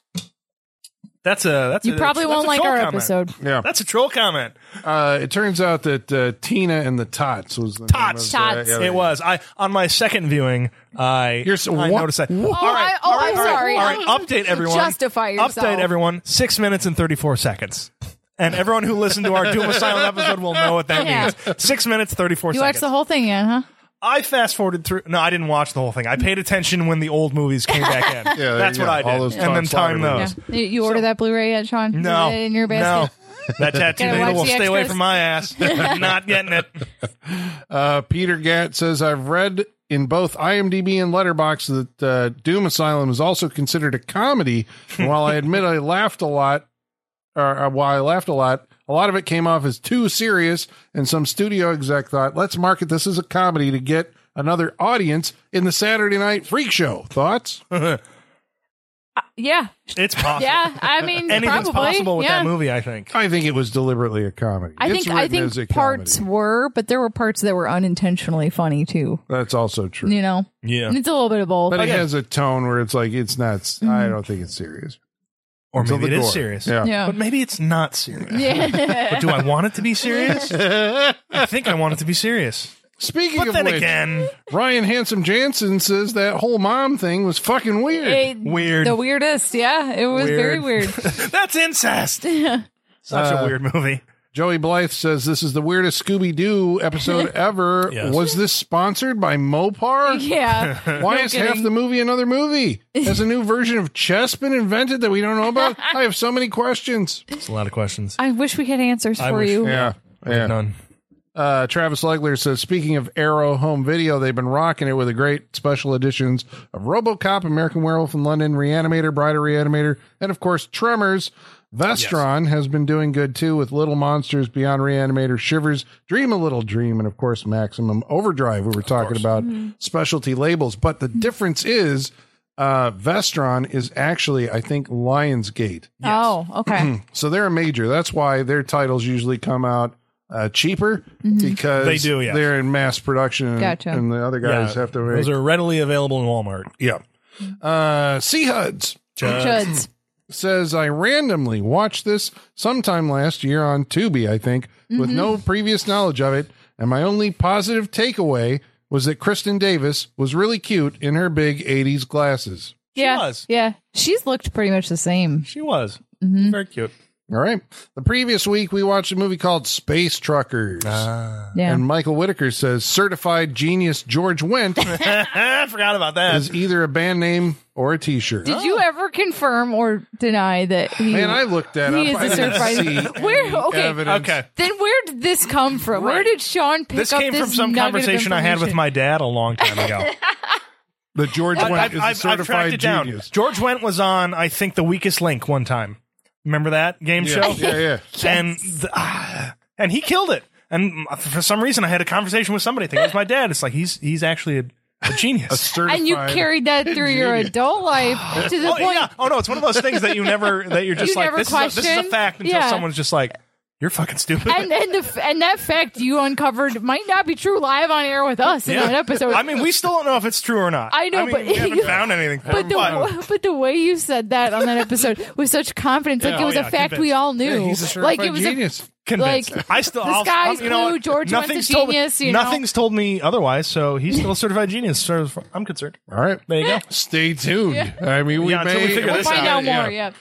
that's a that's You a, probably that's won't a like troll our comment. episode. Yeah. That's a troll comment. Uh, it turns out that uh, Tina and the Tots was the Tots. name of, Tots. yeah, It was. I on my second viewing, I You're so- I what? noticed that. What? Oh, I- oh, I'm sorry. All right, update everyone. Justify yourself. Update everyone. Six minutes and thirty-four seconds. And everyone who listened to our Doom Asylum episode will know what that Yeah. means. Six minutes, thirty-four You seconds. watched the whole thing, again, huh? I fast forwarded through. No, I didn't watch the whole thing. I paid attention when the old movies came back in. there that's you what go. I did, All those and then Todd Slaughter time Yeah. those. You- You order that Blu-ray yet, Sean? Is Oh. No, it in your basket. no, that tattoo Gotta watch needle will the stay away extras. from my ass. Not getting it. Uh, Peter Gatt says I've read in both IMDb and Letterbox that uh, Doom Asylum is also considered a comedy. And while I admit I laughed a lot, or uh, while I laughed a lot, a lot of it came off as too serious, and some studio exec thought, "Let's market this as a comedy to get another audience in the Saturday Night Freak Show. Thoughts? Yeah, It's possible. yeah. I mean, Anything's probably. possible with yeah. that movie, I think. I think it was deliberately a comedy. I It's think I written as a think parts comedy. were, but there were parts that were unintentionally funny too. That's also true. You know, Yeah. it's a little bit of both. But it has a tone where it's like it's not. I don't think it's serious. Or Until maybe it the is gore. serious. Yeah. yeah, But maybe it's not serious. yeah. But do I want it to be serious? I think I want it to be serious. Speaking But of then which, again, Ryan Handsome Jansen says that whole mom thing was fucking weird. It- weird. The weirdest, yeah. It was very weird. That's incest. Such Uh, a weird movie. Joey Blythe says this is the weirdest Scooby Doo episode ever. Yes. Was this sponsored by Mopar? yeah. Why is half kidding. the movie another movie? Has a new version of chess been invented that we don't know about? I have so many questions. It's a lot of questions. I wish we had answers I for wish- you. Yeah. Yeah. None. Uh, Travis Legler says, speaking of Arrow home video, they've been rocking it with the great special editions of RoboCop, American Werewolf in London, Reanimator, Brighter Reanimator, and of course Tremors. Vestron has been doing good too with Little Monsters, Beyond Reanimator, Shivers, Dream a Little Dream, and of course Maximum Overdrive. We were talking about specialty labels, but the difference is uh, Vestron is actually, I think, Lionsgate. Oh, okay. So they're a major. That's why their titles usually come out uh, cheaper because They do, yes. They're in mass production, and, Gotcha. and the other guys Yeah, have to. Those Make, are readily available in Walmart. yeah. Uh, Sea Huds Chuds. says I randomly watched this sometime last year on Tubi, I think, with no previous knowledge of it, and my only positive takeaway was that Kristen Davis was really cute in her big '80s glasses. Yeah. was. Yeah. She's looked pretty much the same. She was. Mm-hmm. Very cute. All right. The previous week we watched a movie called Space Truckers. Ah. Yeah. And Michael Whitaker says certified genius George Wendt I forgot about that. is either a band name or a t-shirt. Did you ever confirm or deny that he Man, I looked that He up. is a I didn't certified- see Where- any okay, evidence. okay. Then where did this come from? Where Right. did Sean pick This up came this from some nugget of conversation I had with information? my dad a long time ago. The George Wendt I've, I've- is a I've certified tracked it down. genius. George Wendt was on, I think, The Weakest Link one time. Remember that game Yeah, show? yeah, yeah. And the, ah, and he killed it. And mm, for some reason, I had a conversation with somebody. I think it was my dad. It's like he's he's actually a, a genius. Certified. And you carried that through your Genius. adult life to the oh point yeah. Oh no, it's one of those things that you never that you're just You like never this is, a, this is a question? fact until Yeah. someone's just like you're fucking stupid. and and, the, and that fact you uncovered might not be true live on air with us in that episode. I mean, we still don't know if it's true or not. I know, mean, but- we haven't found anything. for but him, the but the way you said that on that episode with such confidence, like it was oh, a yeah, fact we convinced. all knew. He's a certified like it was genius. convinced. Like, I still, the I'll, sky's I'm, you know, blue, George Wendt nothing's the told, genius, you know? nothing's told me otherwise, so he's still a certified genius. as far as I'm concerned. All right. There you go. Stay tuned. I mean, we Yeah, may until we figure a this find out out, more. Yeah.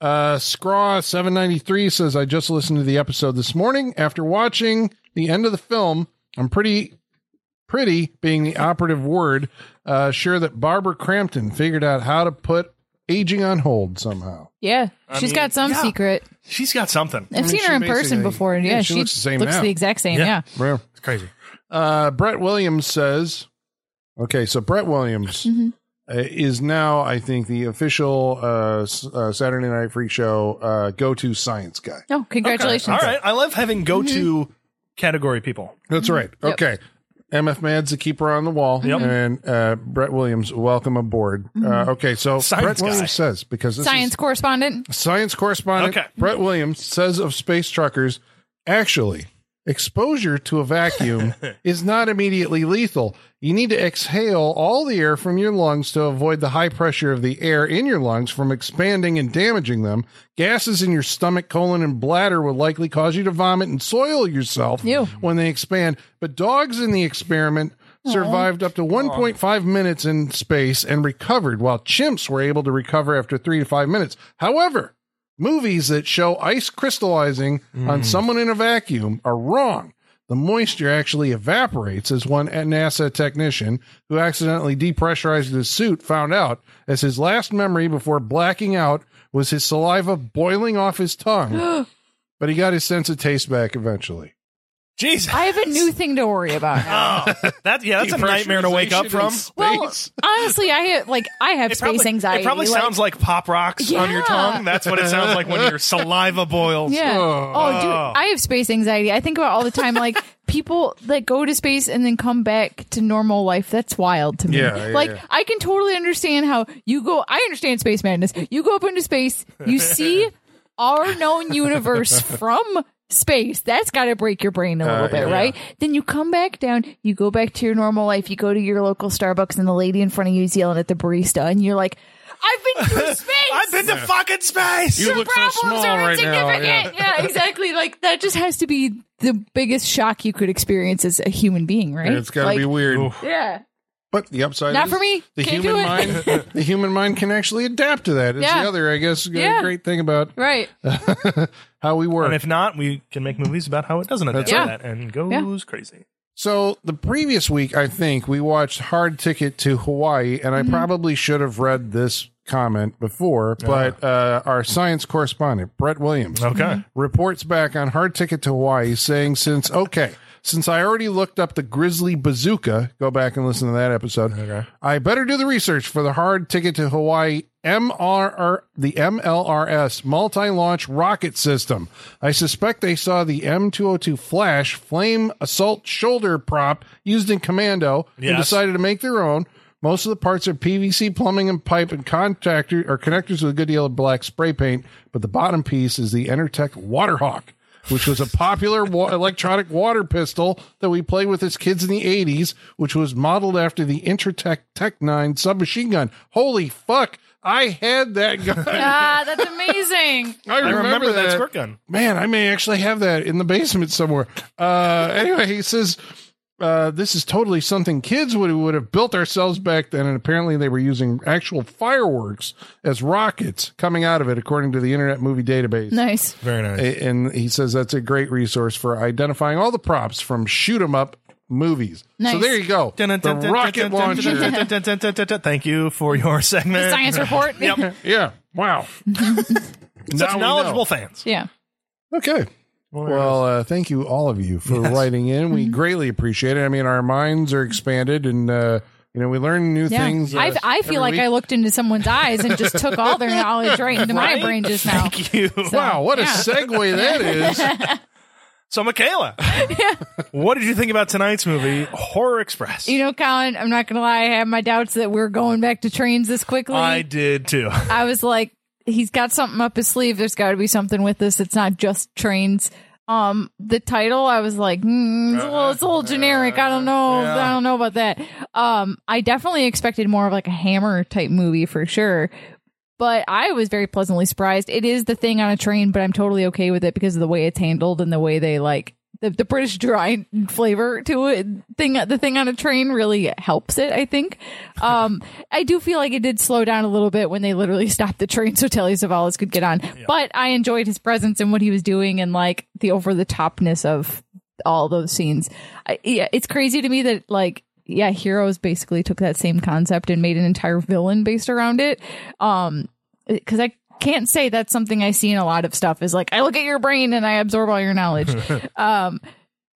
Uh, Scraw seven ninety three says, "I just listened to the episode this morning. After watching the end of the film, I'm pretty, pretty being the operative word, uh, sure that Barbara Crampton figured out how to put aging on hold somehow. yeah, She's mean, got some yeah. secret. She's got something. I've seen she her in person basically- before, and yeah, she, looks, the same now. exact same. Yeah, Yeah. Rare. It's crazy. Uh, Brett Williams says, okay, so Brett Williams uh, is now, I think, the official uh, S- uh, Saturday Night Freak Show uh, go to science guy. Oh, congratulations! All right, I love having go-to category people. That's right. Okay. MF Mad's the keeper on the wall, and uh, Brett Williams, welcome aboard. Uh, okay, so Mm-hmm. Science Brett guy. Williams says because this Science correspondent. is science correspondent Okay. Brett Williams says of space truckers, actually, exposure to a vacuum is not immediately lethal. You need to exhale all the air from your lungs to avoid the high pressure of the air in your lungs from expanding and damaging them. Gases in your stomach, colon, and bladder will likely cause you to vomit and soil yourself Ew. when they expand. But dogs in the experiment survived up to 1.5 minutes in space and recovered, while chimps were able to recover after three to five minutes. However, movies that show ice crystallizing Mm. on someone in a vacuum are wrong. The moisture actually evaporates, as one NASA technician who accidentally depressurized his suit found out, as his last memory before blacking out was his saliva boiling off his tongue. but he got his sense of taste back eventually. Jesus, I have a new thing to worry about. now. Oh, that yeah, that's a nightmare to wake up from. well, honestly, I have like I have It space probably, anxiety. It probably like- sounds like pop rocks on your Yeah. tongue. That's what it sounds like when your saliva boils. Yeah. Oh. Oh, dude, I have space anxiety. I think about all the time, like people that go to space and then come back to normal life that's wild to me Yeah, yeah, like yeah. i can totally understand how you go i understand space madness you go up into space you see our known universe from space that's got to break your brain a little Uh, bit right then you come back down you go back to your normal life you go to your local starbucks and the lady in front of you is yelling at the barista and you're like i've been through space I've been to fucking space. You your look so problems small are right now. insignificant. Yeah. yeah, exactly. Like that just has to be the biggest shock you could experience as a human being, right? It's got to like, be weird. Yeah. But the upside Not is for me. The Can't human do it. mind the human mind can actually adapt to that. It's Yeah. the other, I guess, g- Yeah. great thing about Right. how we work. And if not, we can make movies about how it doesn't adapt right. to that and goes crazy. So the previous week, I think we watched Hard Ticket to Hawaii, and I probably should have read this comment before, but uh, our science correspondent Brett Williams Mm-hmm. Okay. reports back on Hard Ticket to Hawaii, saying since okay. Since I already looked up the grizzly bazooka, go back and listen to that episode. I better do the research for the hard ticket to Hawaii MRR, the MLRS multi launch rocket system. I suspect they saw the M202 flash flame assault shoulder prop used in commando and decided to make their own. Most of the parts are PVC plumbing and pipe and contactor or connectors with a good deal of black spray paint, but the bottom piece is the Enertech Waterhawk, which was a popular wa- electronic water pistol that we played with as kids in the 80s, which was modeled after the Intertech Tech 9 submachine gun. Holy fuck, I had that gun. Ah, that's amazing. I remember, I remember that that squirt gun. man, I may actually have that in the basement somewhere. Uh, anyway, he says, uh, this is totally something kids would, would have built ourselves back then. And apparently they were using actual fireworks as rockets coming out of it, according to the Internet Movie Database. nice. Very nice. A- And he says that's a great resource for identifying all the props from shoot 'em up movies. So Nice. there you go. The rocket launcher. Thank you for your The Eh. segment. science report. Yeah. Wow. Now Such we know. knowledgeable fans. yeah. Okay. Well, uh, thank you all of you for writing in. We greatly appreciate it. I mean, our minds are expanded, and uh, you know, we learn new Yeah. things. uh, I, I feel like every I week. looked into someone's eyes and just took all their knowledge right into my brain just now. Thank you. Wow, what a Yeah. segue that is! So, Michaela, what did you think about tonight's movie, Horror Express? You know, Colin, I'm not going to lie. I have my doubts that we're going back to trains this quickly. I did too. I was like, he's got something up his sleeve. There's got to be something with this. It's not just trains. Um, the title, I was like, mm, it's, a little, it's a little generic. I don't know. I don't know about that. Um, I definitely expected more of like a Hammer type movie for sure. But I was very pleasantly surprised. It is the thing on a train, but I'm totally okay with it because of the way it's handled and the way they like the, the British dry flavor to it. Thing the thing on a train really helps it. I think. Um, I do feel like it did slow down a little bit when they literally stopped the train so Telly Savalas could get on. But I enjoyed his presence and what he was doing and like the over the topness of all those scenes. I, yeah, it's crazy to me that like yeah, Heroes basically took that same concept and made an entire villain based around it. Um, because I can't say that's something I see in a lot of stuff. Is like I look at your brain and I absorb all your knowledge. um,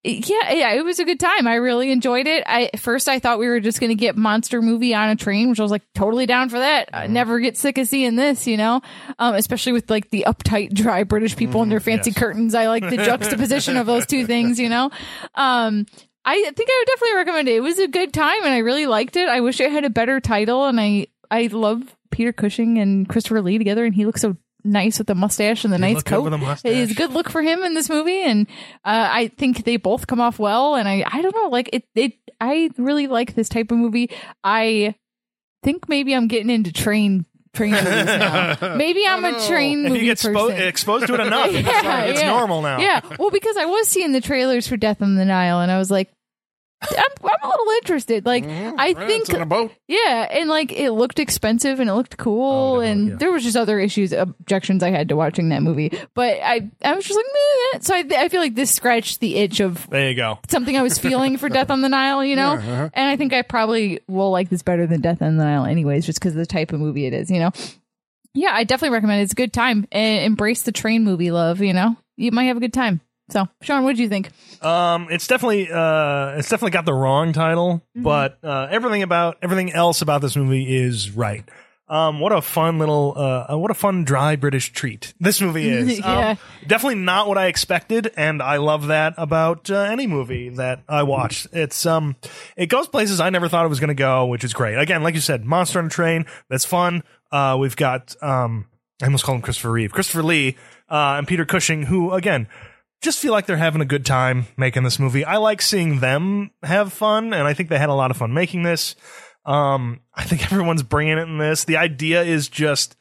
yeah, yeah, it was a good time. I really enjoyed it. I at first I thought we were just going to get monster movie on a train, which I was like totally down for that. I never get sick of seeing this, you know. Um, especially with like the uptight, dry British people and their fancy curtains. I like the juxtaposition of those two things, you know. Um, I think I would definitely recommend it. It was a good time, and I really liked it. I wish it had a better title, and I I love Peter Cushing and Christopher Lee together, and he looks so nice with the mustache and the nice look good coat. with a mustache. It is a good look for him in this movie, and uh, I think they both come off well. And I I don't know, like it it I really like this type of movie. I think maybe I'm getting into train train movies now. Maybe I'm a train If movie you get spo- person. exposed to it enough, it's, like, Yeah, it's yeah. normal now. Yeah, well, because I was seeing the trailers for Death on the Nile, and I was like, I'm, I'm a little interested. Like, Mm-hmm. I think, it's on a boat. yeah, and like it looked expensive and it looked Oh, cool, and there was just other issues, objections I had to watching that movie. But I, I was just like, Meh. so I, I feel like this scratched the itch of There you go. something I was feeling for Death on the Nile, you know? uh-huh. And I think I probably will like this better than Death on the Nile, anyways, just because of the type of movie it is, you know? Yeah, I definitely recommend it. It's a good time. And embrace the train movie love, you know? You might have a good time. So, Sean, what do you think? Um, it's definitely uh, it's definitely Mm-hmm. got the wrong title, but uh, everything about everything else about this movie is right. Um, what a fun little, uh, uh, what a fun dry British treat this movie is. Um, Yeah. definitely not what I expected, and I love that about uh, any movie that I watch. It's um, it goes places I never thought it was going to go, which is great. Again, like you said, Monster on a Train. That's fun. Uh, we've got um, I almost call him Christopher Reeve, Christopher Lee, uh, and Peter Cushing, who again just feel like they're having a good time making this movie. I like seeing them have fun, and I think they had a lot of fun making this. Um, I think everyone's bringing it in this. The idea is just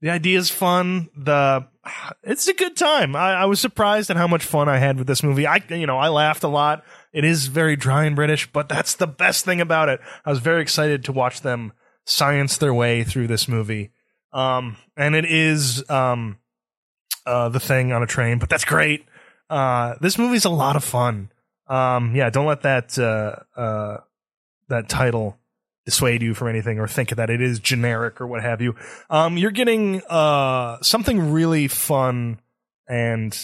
the idea is fun. The it's a good time. I, I was surprised at how much fun I had with this movie. I you know I laughed a lot. It is very dry and British, but that's the best thing about it. I was very excited to watch them science their way through this movie. Um, and it is um, uh, the thing on a train, but that's great. Uh, this movie's a lot of fun. Um, yeah, don't let that uh, uh, that title dissuade you from anything or think that it is generic or what have you. Um, you're getting uh, something really fun and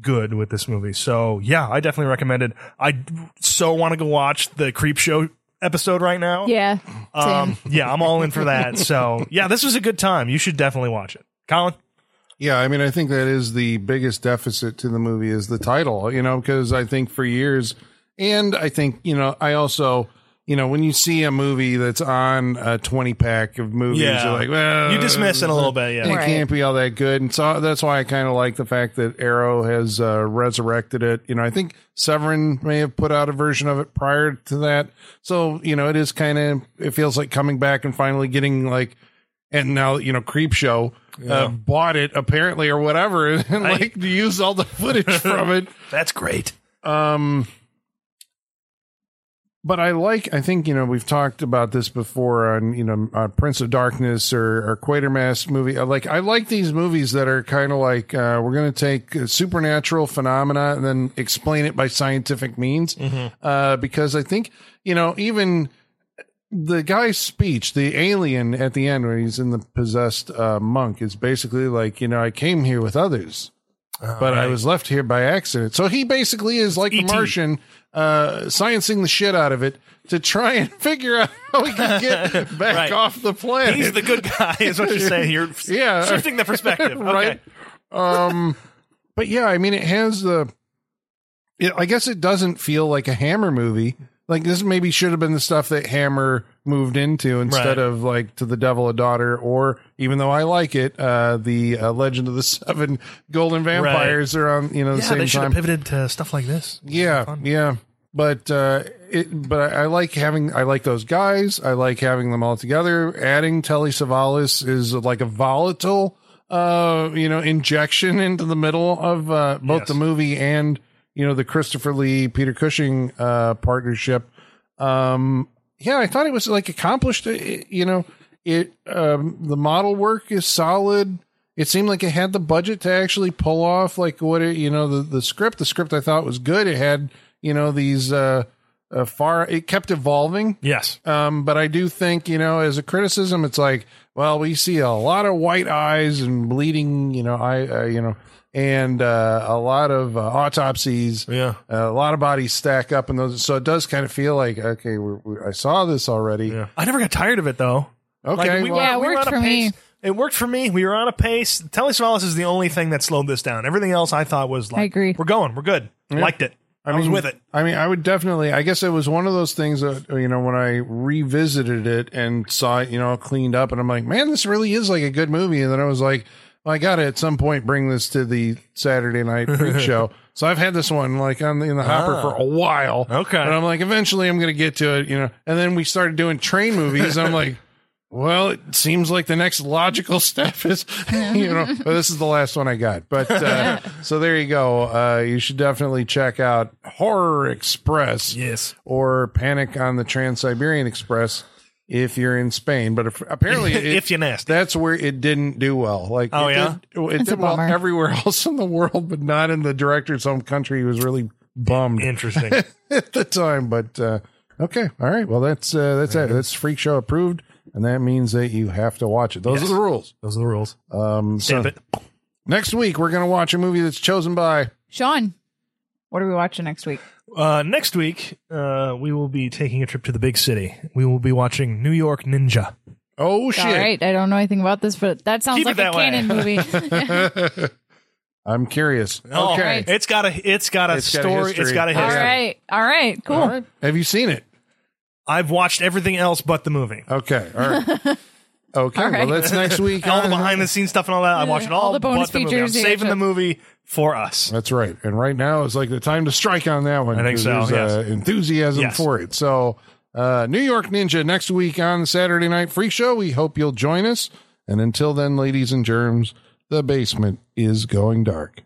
good with this movie. So yeah, I definitely recommend it. I d- so want to go watch the Creep Show episode right now. Yeah. Um, yeah, I'm all in for that. So yeah, this was a good time. You should definitely watch it, Colin. Yeah, I mean, I think that is the biggest deficit to the movie is the title, you know, because I think for years, and I think, you know, I also, you know, when you see a movie that's on a 20 pack of movies, Yeah. you're like, well, You dismiss it a little bit, It yeah. Right. can't be all that good. And so that's why I kind of like the fact that Arrow has uh, resurrected it. You know, I think Severin may have put out a version of it prior to that. So, you know, it is kind of, it feels like coming back and finally getting like, and now, you know, Creep Show uh, bought it apparently or whatever and like used all the footage from it. That's great. Um, but I like, I think, you know, we've talked about this before on, you know, uh, Prince of Darkness or, or Quatermass movie. I like, I like these movies that are kind of like, uh, we're going to take a supernatural phenomena and then explain it by scientific means. Uh, because I think, you know, even the guy's speech, the alien at the end, when he's in the possessed uh, monk, is basically like, you know, I came here with others but I was left here by accident. So he basically is like the E.T.. Martian, uh, sciencing the shit out of it to try and figure out how we can get back Right. off the planet. He's the good guy, is what you're saying. You're Yeah. shifting the perspective, okay. Right. um, but yeah, I mean, it has the. It, I guess it doesn't feel like a Hammer movie. Like this maybe should have been the stuff that Hammer moved into instead Right. of like to the Devil a Daughter or even though I like it, uh, the uh, Legend of the Seven Golden Vampires are on you know the Yeah, same they should time. have pivoted to stuff like this. Yeah, yeah. But uh, it, but I, I like having I like those guys. I like having them all together. Adding Telly Savalas is like a volatile, uh, you know, injection into the middle of uh, both Yes. the movie and you know the Christopher Lee Peter Cushing uh, partnership. Um, yeah, I thought it was like accomplished. It- it- you know, it um, the model work is solid. It seemed like it had the budget to actually pull off like what it, you know the the script. The script I thought was good. It had you know these uh, uh far. It kept evolving. Yes. Um, but I do think, you know, as a criticism, it's like, well, we see a lot of white eyes and bleeding, you know, I, uh, you know, and uh, a lot of uh, autopsies, Yeah. a lot of bodies stack up, and those. So it does kind of feel like, okay, we're, we I saw this already. I never got tired of it though. Okay, we well, Yeah, it were worked on a for me. pace- It worked for me. We were on a pace. Telly Savalas is the only thing that slowed this down. Everything else I thought was like, I agree. We're going. We're good. Liked it. I, was with it. I mean, I would definitely. I guess it was one of those things that you know when I revisited it and saw it, you know, cleaned up, and I'm like, man, this really is like a good movie. And then I was like, well, I got to at some point bring this to the Saturday night freak show. So I've had this one like on the, in the hopper for a while. Ah. Okay. and I'm like, eventually I'm going to get to it, you know. And then we started doing train movies. and I'm like. Well, it seems like the next logical step is, you know, well, this is the last one I got. But uh, so there you go. Uh, you should definitely check out Horror Express Yes. or Panic on the Trans Siberian Express if you're in Spain. But if, apparently, it- If you're nasty. that's where it didn't do well. Like, Oh, it yeah? did, it That's did a well bummer. everywhere else in the world, but not in the director's home country. He was really bummed Interesting. at the time. But uh, okay, all right. Well, that's uh, that's it. That's freak show approved, and that means that you have to watch it. Those Yes. are the rules. Those are the rules. Um, so Stamp it. next week we're gonna watch a movie that's chosen by. Sean, what are we watching next week? Uh, next week, uh, we will be taking a trip to the big city. We will be watching New York Ninja. Oh shit! All right, I don't know anything about this, but that sounds Keep like it a that way. canon movie. I'm curious. Okay. Oh, right. It's got a it's got a It's got a story. history. it's got a all history. right, all right, cool. All right. Have you seen it? I've watched everything else but the movie. Okay. All right. Okay. Well, right. that's next week. all the behind the scenes stuff and all that. I watched it All all, the bonus but the movie. I'm features, yeah, saving the sure. movie for us. That's right. And right now is like the time to strike on that one. I think 'cause so, There's, uh, enthusiasm Yes. for it. So, uh, New York Ninja next week on the Saturday Night Freak Show. We hope you'll join us. And until then, ladies and germs, the basement is going dark.